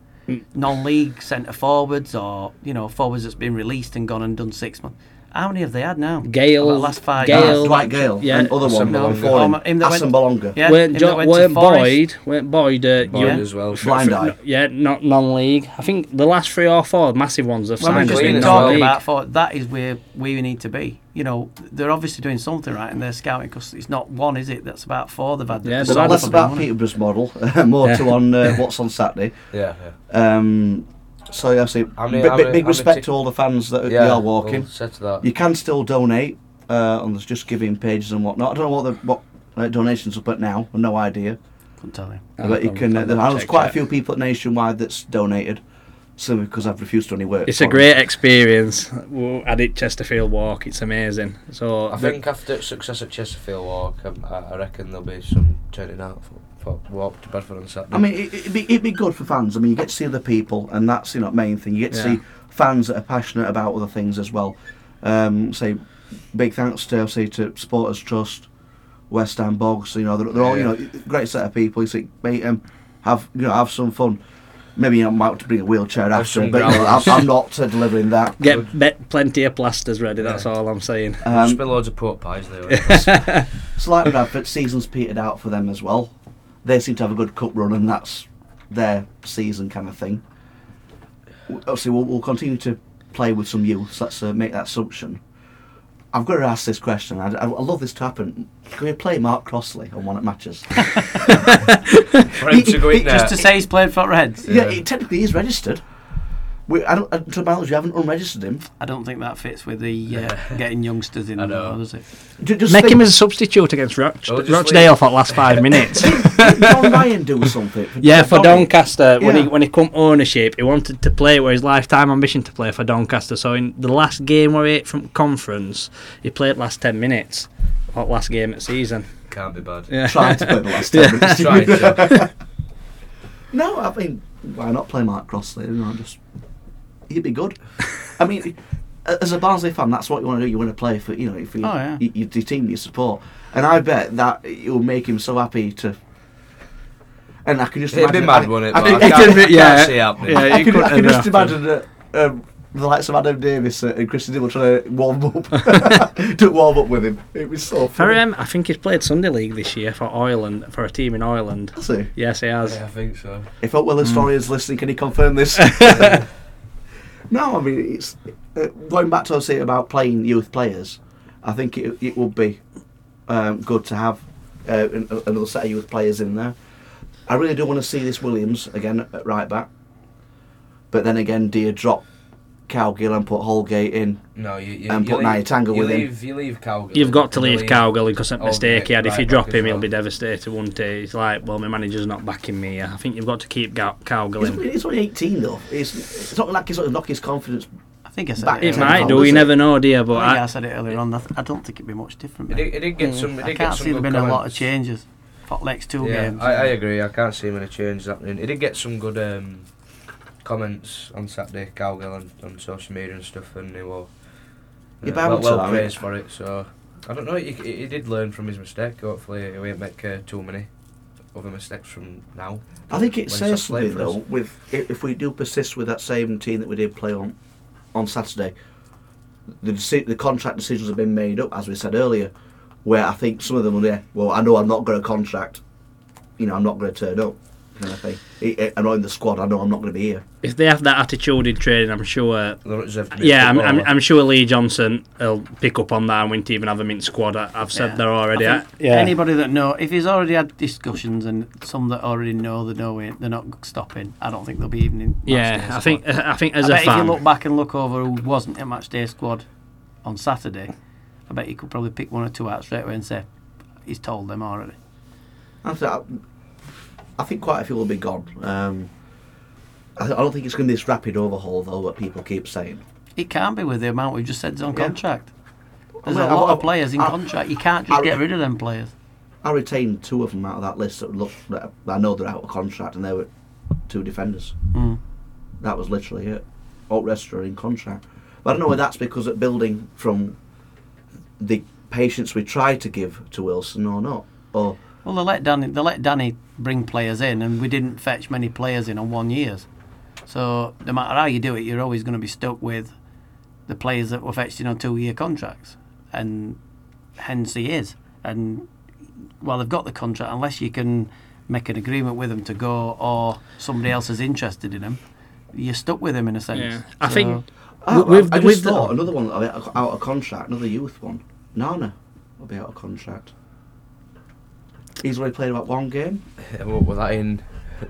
non-league centre forwards or you know forwards that's been released and gone and done six months. What- How many have they had now?
Gale,
About the last five.
Ah,
Gale.
Dwight Gale,
Yeah.
and other one
Assembolonga.
before him,
Um, him that went-
Assembolonga.
Yeah, him
Weren't,
that
jo-
went to
weren't
Forest.
Boyd? Weren't Boyd? Uh,
Boyd
Yeah.
as well.
Blind eye.
Yeah, not non-league. I think the last three or four massive ones have
When
signed
we've
has
just
Clean
been
been
as
talking
non-league.
about for that is where we need to be. You know, they're obviously doing something right in their scouting because it's not one, is it? That's about four they've had. that
Yeah,
they've
So
but
sold
that's
less
for
about
money.
Peterborough's model, *laughs* more
Yeah.
to on
*laughs*
uh, what's on Saturday.
Yeah, yeah.
Um, so yeah, so
How many-
big-
how
big,
many-
big
how many
respect
ti-
to all the fans that are-
yeah
they are walking.
We'll set to that.
You can still donate uh, on the Just Giving pages and whatnot. I don't know what the what uh, donations are put now. I've no idea.
Couldn't tell you.
I'll
but you
probably
can.
come
Uh,
and
there's
check
quite a
it.
few people nationwide that's donated, simply because I've refused to only work.
It's a
for
great experience. Well, I did Chesterfield Walk. It's amazing. So
I think after success at Chesterfield Walk, um, I, I reckon there'll be some turning out for, for walk to Bedford on Saturday.
I mean, it, it'd, be, it'd be good for fans. I mean, you get to see other people, and that's you know the main thing. You get to
Yeah.
see fans that are passionate about other things as well. Um, say, big thanks to say to Supporters Trust, West Ham Bogs. You know, they're, they're all you
Yeah.
know great set of people. You see, mate, um, have you know have some fun. Maybe you know, might have to bring a wheelchair after,
some
but you know, I'm,
growlers.
I'm not uh, delivering that.
get be- plenty of plasters ready. That's all I'm saying.
There's
Um,
been loads of pork
*laughs*
pies there.
It's like Bradford, season's petered out for them as well. They seem to have a good cup run, and that's their season kind of thing. obviously we'll, we'll continue to play with some youths. Let's uh, make that assumption. I've got to ask this question. I, I, I love this to happen. Can we play Mark Crossley on one at matches?
For him to go in there.
Just to say he's played for Reds.
yeah,
Uh, Yeah.
he technically is registered. We, I don't, uh, to my knowledge, we haven't unregistered him.
I don't think that fits with the
*laughs*
uh, getting youngsters in.
I
though,
know.
does it?
Ju- Just
Make
think,
him as a substitute against Roch-
Well, just
Rochdale
leave.
for the last five minutes.
John Ryan
*laughs*
do something.
yeah, for Doncaster, when he
Yeah.
when he come ownership, he wanted to play where his lifetime ambition to play for Doncaster. So in the last game where he from conference, he played last ten minutes, or last game of the season.
Can't be bad.
Yeah.
Tried to play the last ten minutes.
Try to.
*laughs* No, I mean, why not play Mark Crossley? You know, just he'd be good. I mean, as a Barnsley fan, that's what you want to do. You want to play for you know for your,
Oh, yeah.
y- your, the team you support, and I bet that it will make him so happy to. And I can just
It'd be
imagine,
mad,
I,
wouldn't it?
I,
but
can-
I
I
can't,
can,
can't
yeah.
see it happening.
Yeah,
I can,
you
I can
couldn't have
just
happened.
imagine that. Um, the likes of Adam Davis uh, and Chris Dibble trying to warm up, to warm up *laughs* with him. It was so
For
funny.
him, I think he's played Sunday League this year for Ireland for a team in Ireland.
Has he?
Yes, he has.
Yeah, I think so.
If Otwell Story is listening, can he confirm this? *laughs* no, I mean, it's uh, going back to what I say about playing youth players. I think it, it would be um, good to have uh, an, a- another set of youth players in there. I really do want to see this Williams again at right back. But then again, do you drop Cowgill and put Holgate in?
No, you, you,
And
you
put
leave,
Naitango
you
with him.
leave, You leave Calgary.
You've got to leave Cowgill because that
Oh,
mistake he had. If
right,
you
back
drop
as
him, he'll
well.
be devastated, won't he? It's like, well, my manager's not backing me. I think you've got to keep Gow- Cowgill
He's
in.
only, he's only 18 though. It's, it's not like he's going to knock his confidence.
I think I said
Back-
it.
It
Yeah,
earlier
might
on.
do.
was
You
it?
never know, dear. But
I think I
I,
said it earlier on. I th- I don't think it'd be much different.
It
mate.
did, it did get some.
Mm,
It did
I
get
can't
some
see there
good
been a lot of
comments.
changes. Potlex two
yeah,
games.
I, I agree. I can't see him in a change happening. He did get some good um, comments on Saturday, Cowgill on, on social media and stuff, and he was
You're
uh,
bound
well,
to
well
that,
praised
mate.
for it. So I don't know. He, he he did learn from his mistake. Hopefully, he won't make uh, too many other mistakes from now.
I think
When
it
he's
says
not
something
playing for us.
though. With i- if we do persist with that same team that we did play on on Saturday, the deci- the contract decisions have been made up as we said earlier. Where I think some of them are yeah, well, I know I'm not going to contract. You know, I'm not going to turn up. Kind of thing. I- I- I'm not in the squad. I know I'm not going to be here.
if they have that attitude in training, I'm sure.
They don't deserve to be a
Yeah, I'm, I'm,
footballer.
I'm sure Lee Johnson will pick up on that and won't even have him in squad. I, I've said
Yeah.
there already.
I
I,
think
yeah.
Anybody that know, if he's already had discussions and some that already know they know it, they're not stopping. I don't think they'll be even in. match day
yeah, I
squad.
think I think as
I
a
bet if
fan,
you look back and look over who wasn't in match day squad on Saturday, I bet you could probably pick one or two out straight away and say he's told them already.
I, th- I think quite a few will be gone. Um, I, I don't think it's going to be this rapid overhaul though. What people keep saying.
It can't be with the amount we've just said is on
Yeah.
contract. There's
Well,
a lot
I-
of players in
I-
contract. You can't just
I-
get rid of them players.
I retained two of them out of that list that look that I know they're out of contract, and they were two defenders.
Mm.
That was literally it. All rest are in contract. But I don't know whether that's because of building from the patience we tried to give to Wilson or not. Or
Well, they let Danny they let Danny bring players in, and we didn't fetch many players in on one years. So no matter how you do it, you're always going to be stuck with the players that were fetched in on two year contracts, and hence he is. And while they've got the contract, unless you can make an agreement with them to go, or somebody else is interested in him, you're stuck with him in a sense.
yeah, I
So-
think
Ah,
with
I just
with
thought
the,
another one out of contract, another youth one. Nana will be out of contract. He's already played about one game.
Yeah, what was that in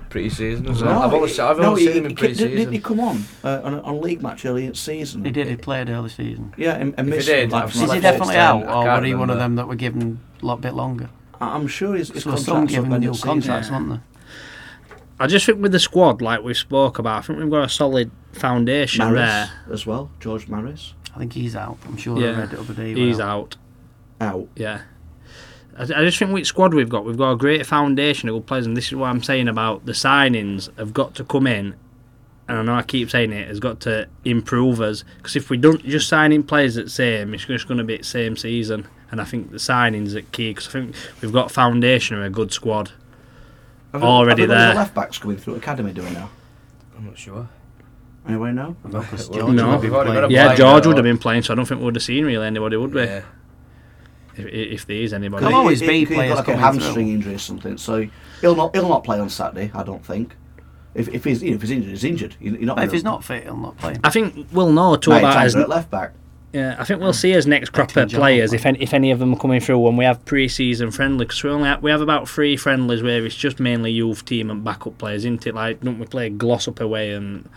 pre-season? as well?
No,
I've only, se- I've
no,
only
he-
seen him
he-
in
Didn't, didn't he
pre-season.
come on uh, on, a, on a league match early in the season?
he did. He played early season.
Yeah, and, and
If he
missed
did,
like,
I've
from
Is he
slept
like
full
definitely
time.
out,
I
or
can't
were he one of
remember.
them that were given a lot bit longer?
I- I'm sure his, his
So some
contract's up
gave him
end
new
of season.
contracts, weren't they?
I just think with the squad like we spoke about, I think we've got a solid foundation
Maris
there.
as well, George Maris
I think he's out. I'm sure I
Yeah.
read it other day.
He's
well.
out.
out.
Yeah. I, I just think with squad we've got, we've got a great foundation of good players, and this is what I'm saying about the signings have got to come in. And I know I keep saying it, has got to improve us because if we don't just sign in players that same, it's just going to be the same season. And I think the signings are key because I think we've got a foundation of a good squad.
Have
Already
have they got
there.
any Left backs coming through academy doing now.
I'm not sure.
Anyway, no.
Because
Well,
George
no.
would be
We've already
playing.
got a
Yeah,
Blind
George
though.
would have been playing, so I don't think we would have seen really anybody, would we?
Yeah.
If, if there is anybody.
There'll Come on. always be
he, he's
players
got like a
coming
hamstring
through.
injury or something, so he'll not he'll not play on Saturday, I don't think. If, if he's you know, if he's injured, he's injured. You're you're not.
But if
gonna-
he's not fit, he'll not play.
I think we'll know too
Right,
about
Tanner
his,
at left back.
yeah, I think we'll see his next crop
Team
of
John,
players if
right.
any, if any of them are coming through when we have pre-season friendly because we only have, we have about three friendlies where it's just mainly youth team and backup players, isn't it? Like don't we play Glossop away and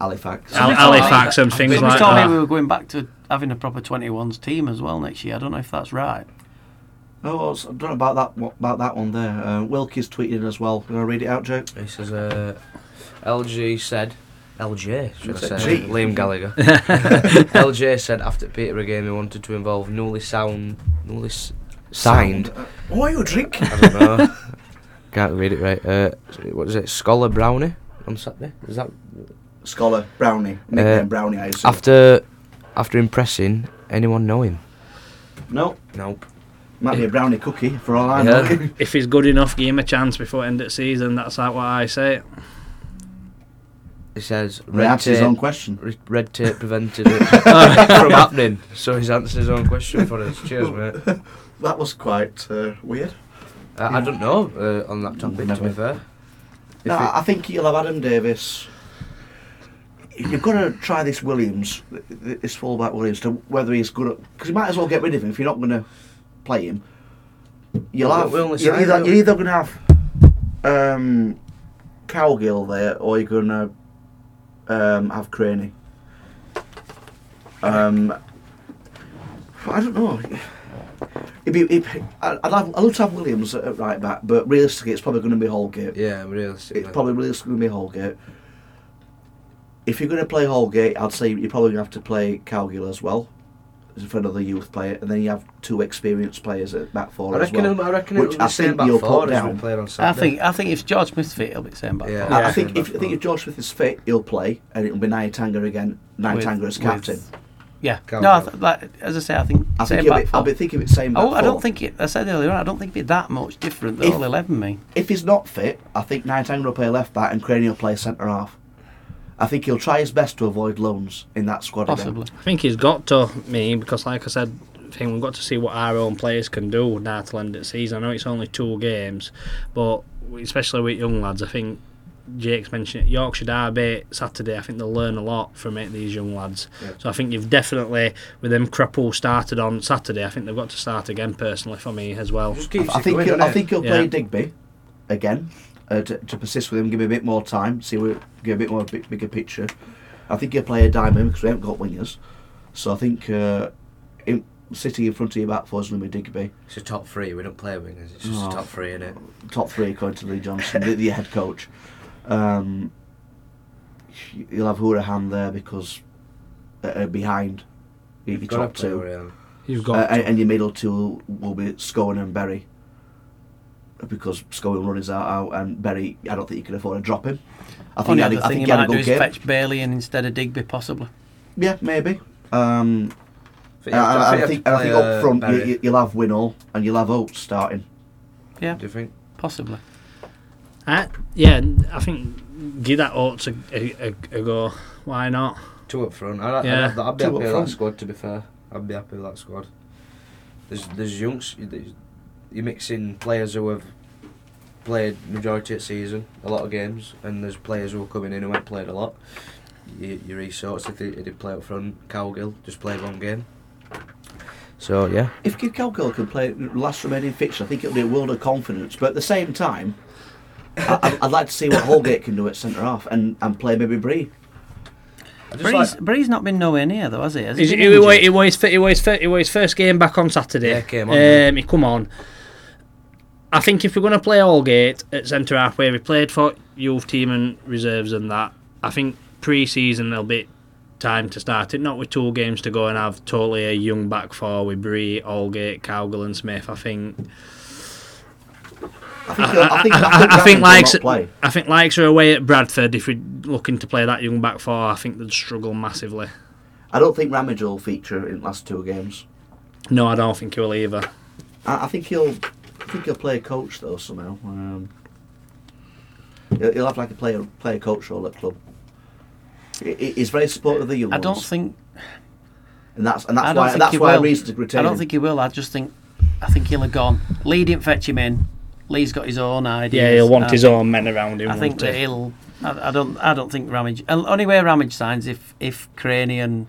Halifax.
Al-
Somebody told me-
Halifax and things
Somebody
like
told me we
that?
were going back to having a proper 21s team as well next year. I don't know if that's right.
Oh, well, so- I don't know about that what- about that one there. Uh, Wilkie's tweeted as well. Can I read it out, Joe?
This is uh, LG said. LJ, should I
Said
say?
G.
Liam Gallagher. LJ said after Peterborough game he wanted to involve newly sound, newly s- signed.
Why are you drinking?
I don't *laughs* know. Can't read it right. Uh, what is it? Scholar Brownie on Saturday. Is that
Scholar Brownie, nickname Brownie. I assume.
after after impressing anyone know him?
no,
Nope.
might be a brownie cookie for all I
Yeah.
know. *laughs*
If he's good enough, give him a chance before end of season. That's like what I say.
It says
Red
red
answer his own
tape,
question.
re- red tape prevented it
*laughs*
from happening. So he's answered his own question for us.
*laughs*
Cheers, mate. Uh,
That was quite uh, weird.
I don't know uh, on that topic. To
Never.
be fair, If
No,
it-
I think you'll have Adam Davis. You've got to try this Williams, th- th- this fullback Williams, to whether he's good at. Because you might as well get rid of him if you're not going to play him. You'll
Well,
have.
we only
You're
signed
either,
him.
you're either going to have um, Cowgill there, or you're going to um, have Craney. Um, I don't know. It'd be, it'd, I'd, I'd love, I'd love to have Williams at at right back, but realistically, it's probably going to be Holgate.
yeah, realistically.
It's probably really going to be Holgate. If you're going to play Holgate, I'd say you're probably going to have to play Cowgill as well, as for another youth player, and then you have two experienced players at back four
I
as
reckon.
well.
I reckon
which
it
I
was the
think
same back
you'll
four
put
as we
down.
played on Saturday.
I think I think if George Smith's fit, he'll be the same back.
Yeah.
four.
I- I
Yeah.
think if
Back
I think
four.
if George Smith is fit, he'll play, and it'll be Naitanga again. Naitanga as
with-
captain.
Yeah.
Go,
no, I
go.
th- like, as I say, I think
I
same
think it'll
back
be, I'll
four.
be thinking it's same.
Oh,
back
I
four.
don't think it. I said earlier on. I don't think it'd be that much different than
If-
all eleven mean.
if he's not fit, I think Nightingale will play left back and Craney will play centre half. I think he'll try his best to avoid loans in that squad. again.
Possibly.
I think he's got to me because, like I said, I think we've got to see what our own players can do now till end of the season. I know it's only two games, but especially with young lads, I think Jake's mentioned it, Yorkshire Derby Saturday. I think they'll learn a lot from it, these young lads. So I think you've definitely, with them crap all started on Saturday, I think they've got to start again personally for me as well.
Just keeps
I
it
think
going,
he'll,
doesn't
I
it?
think he'll
Yeah.
play Digby again uh, to, to persist with him, give him a bit more time, see what get a bit more big, bigger picture. I think he'll play a diamond because we haven't got wingers, so I think uh, him sitting in front of your back four is going to be Digby,
it's a top three. We don't play wingers. It's just
No.
a top three, isn't it?
top three according to Lee Johnson, the, the head coach. Um, you'll have Hourahan there because uh, uh, behind your your top two.
You've
Uh,
got
and, and your middle two will be Scowen and Berry. Because Scowen runners out, out and Berry, I don't think you can afford to drop him. I
Only
think, he had
other
a-
thing
I think
you
he had a
might do
good
is
game.
fetch Bailey in instead of Digby, possibly.
Yeah, maybe. Um, and,
I,
I, I think, and uh, I think
uh,
up front you, you, you'll have Winall and you'll have Oates starting.
Yeah,
Do you think?
possibly.
I, Uh, yeah, I think give that Oates a, a, a, a go. Why not?
Two up front. I, I,
Yeah.
I'd, I'd
Two
be happy
up
with
front.
that squad. To be fair, I'd be happy with that squad. There's there's youngs. There's, you're mixing players who have played majority of the season, a lot of games, and there's players who are coming in who haven't played a lot. You, your resorts, if they, if they play up front, Cowgill just played one game. So yeah,
If Kid Calgill can play last remaining fixture, I think it'll be a world of confidence. But at the same time, I, I'd- I'd like to see what Holgate can do at centre half and, and play maybe Bree.
I just
Bree's,
like,
Bree's not been nowhere near though, has he? Has he
Is it,
been
it, wa-
injured?
it, was his, fir- it, was his, fir- it was his first game back on Saturday.
Yeah, came on,
Um,
yeah.
He come on. I think if we're going to play Allgate at centre half, where he played for youth team and reserves and that, I think pre-season there'll be time to start it. Not with two games to go and have totally a young back four with Bree, Allgate, Cowgill, and Smith. I think
I think, I, think,
I, I, I think
Ramsey
likes
will not play.
I think likes are away at Bradford. If we're looking to play that young back four, I think they'd struggle massively.
I don't think Ramage will feature in the last two games.
No, I don't think he will either.
I, I think he'll, I think he'll play coach though somehow. Um, he'll, he'll have like a player player coach role at club. He- he- He's very supportive of the young
I don't
ones,
think.
and that's and
I
that's
don't
why
think
that's
he
why
will.
reason to retain.
I don't
him.
think he will. I just think, I think he'll have gone. Lee didn't fetch him in. Lee's got his own ideas.
Yeah, he'll want
I
his
think-
own men around him.
I think
won't he?
that he'll I, I don't. I don't think Ramage. and Only way Ramage signs if if Craney and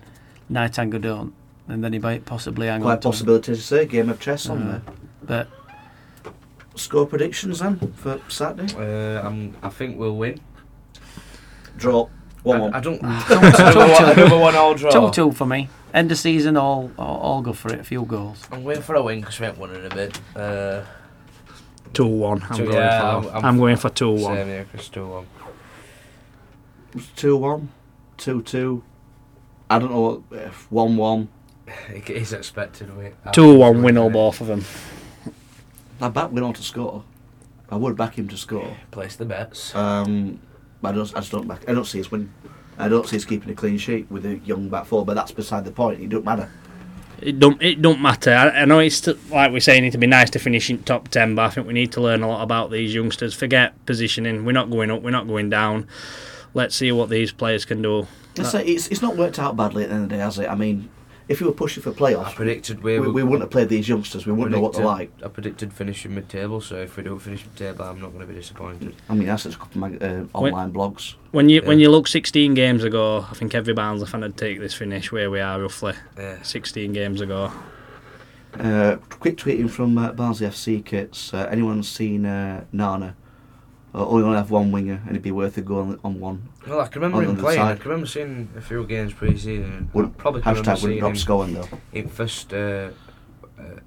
Nightango don't, and then he might possibly hang on.
Quite
to him. Uh,
possibility to say game of chess on there.
But
Score predictions then for Saturday.
Uh, I'm, I think we'll win.
Draw
I,
one one.
*laughs* I don't.
Ah.
mm,
*laughs*
another, one, another one all
two
draw.
two for me. End of season, all all, all go for it. A few goals.
I'm waiting for a win because we ain't won in a bit. Uh,
Two one. I'm
Two-
going
yeah,
for.
I'm-
I'm,
I'm-
going for two one.
same here, Chris. Two one.
Two one, two two. I don't know what if one one.
It is expected. We
Two one. Win all both of them.
I back Winnall to score. I would back him to score.
Place the bets.
Um, but I don't. I just don't back. I don't see us win. I don't see us keeping a clean sheet with a young back four. But that's beside the point. It don't matter.
It don't. It don't matter. I, I know it's still, like we say. It need to be nice to finish in top ten, but I think we need to learn a lot about these youngsters. Forget positioning. We're not going up. We're not going down. Let's see what these players can do.
Let's say it's it's not worked out badly at the end of the day, has it? I mean, if you were pushing for
I
playoffs,
predicted we,
we,
were-
we wouldn't have played these youngsters. We wouldn't know what to like.
I predicted finishing mid-table, so if we don't finish mid-table, I'm not going to be disappointed.
I mean, that's just a couple of mag- uh,
Wait.
online blogs.
When you when
Yeah.
you look 16 games ago, I think every Barnsley fan would take this finish where we are roughly
Yeah.
16 games ago.
Uh, quick tweeting from uh, Barnsley FC kits. Uh, anyone seen uh, Nana? Uh, only gonna have one winger, and it'd be worth a go on, on one.
Well, I can remember
On
him
the
playing. I
side.
can remember seeing a few games pre-season. and I
Would,
probably can remember
hashtag
seeing
wouldn't
him
Rob's going though.
in first uh, uh,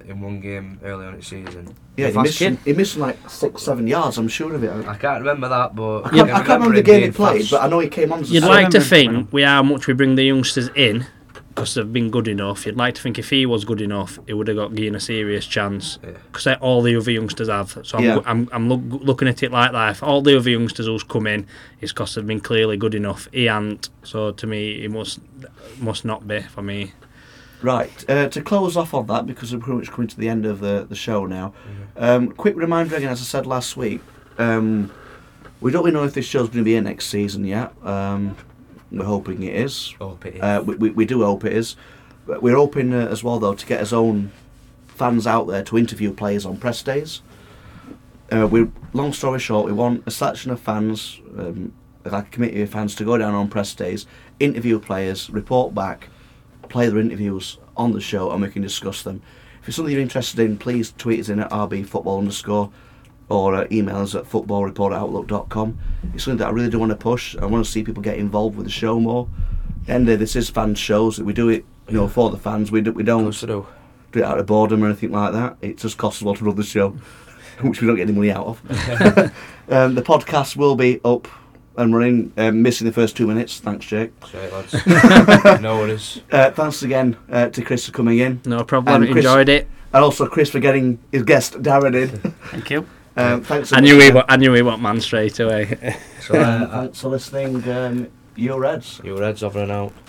in one game early on in the season.
Yeah,
The
he
fast
missed,
kid.
he missed like six, seven yards. I'm sure of it. I,
I can't remember that, but
can't, I can't remember the
him
game he
being
played,
fast.
but I know he came on. as a
You'd
sub.
like to
remember him.
think we are much we bring the youngsters in because they've been good enough. You'd like to think if he was good enough, he would have got given a serious chance
Yeah.
because all the other youngsters have. So I'm,
Yeah.
I'm, I'm look, looking at it like that. If all the other youngsters who's come in is because they've been clearly good enough. He ain't. So to me, it must must not be for me.
Right, uh, to close off on that, because we're pretty much coming to the end of the, the show now, um, quick reminder again, as I said last week, um, we don't really know if this show's going to be here next season yet. Um, we're hoping it is.
Hope it is.
Uh, we, we, we do hope it is. But we're hoping uh, as well, though, to get his own fans out there to interview players on press days. Uh, we long story short, we want a selection of fans, um, like a committee of fans, to go down on press days, interview players, report back, play their interviews on the show, and we can discuss them. If it's something you're interested in, please tweet us in at rbfootball underscore or uh, email us at footballreporteroutlook.com. It's something that I really do want to push. I want to see people get involved with the show more. At the end of the day, this is fan shows. We do it, you know, for the fans. We do, we don't
Close to do.
do it out of boredom or anything like that. It just costs a lot to run the show, *laughs* which we don't get any money out
*laughs*
of. um, the podcast will be up and running, um, missing the first two minutes. Thanks,
*laughs*
Jake.
Straight
*laughs*
lads. no worries.
Uh, thanks again uh, to Chris for coming in,
No problem.
Um, Chris-
Enjoyed it.
and also Chris for getting his guest Darren in.
Thank you.
Um, thanks. so
I knew
much,
he,
uh,
wa- I knew he went man straight away.
So,
Um,
uh,
*laughs* thanks for listening. Um, your Reds.
your heads over and out.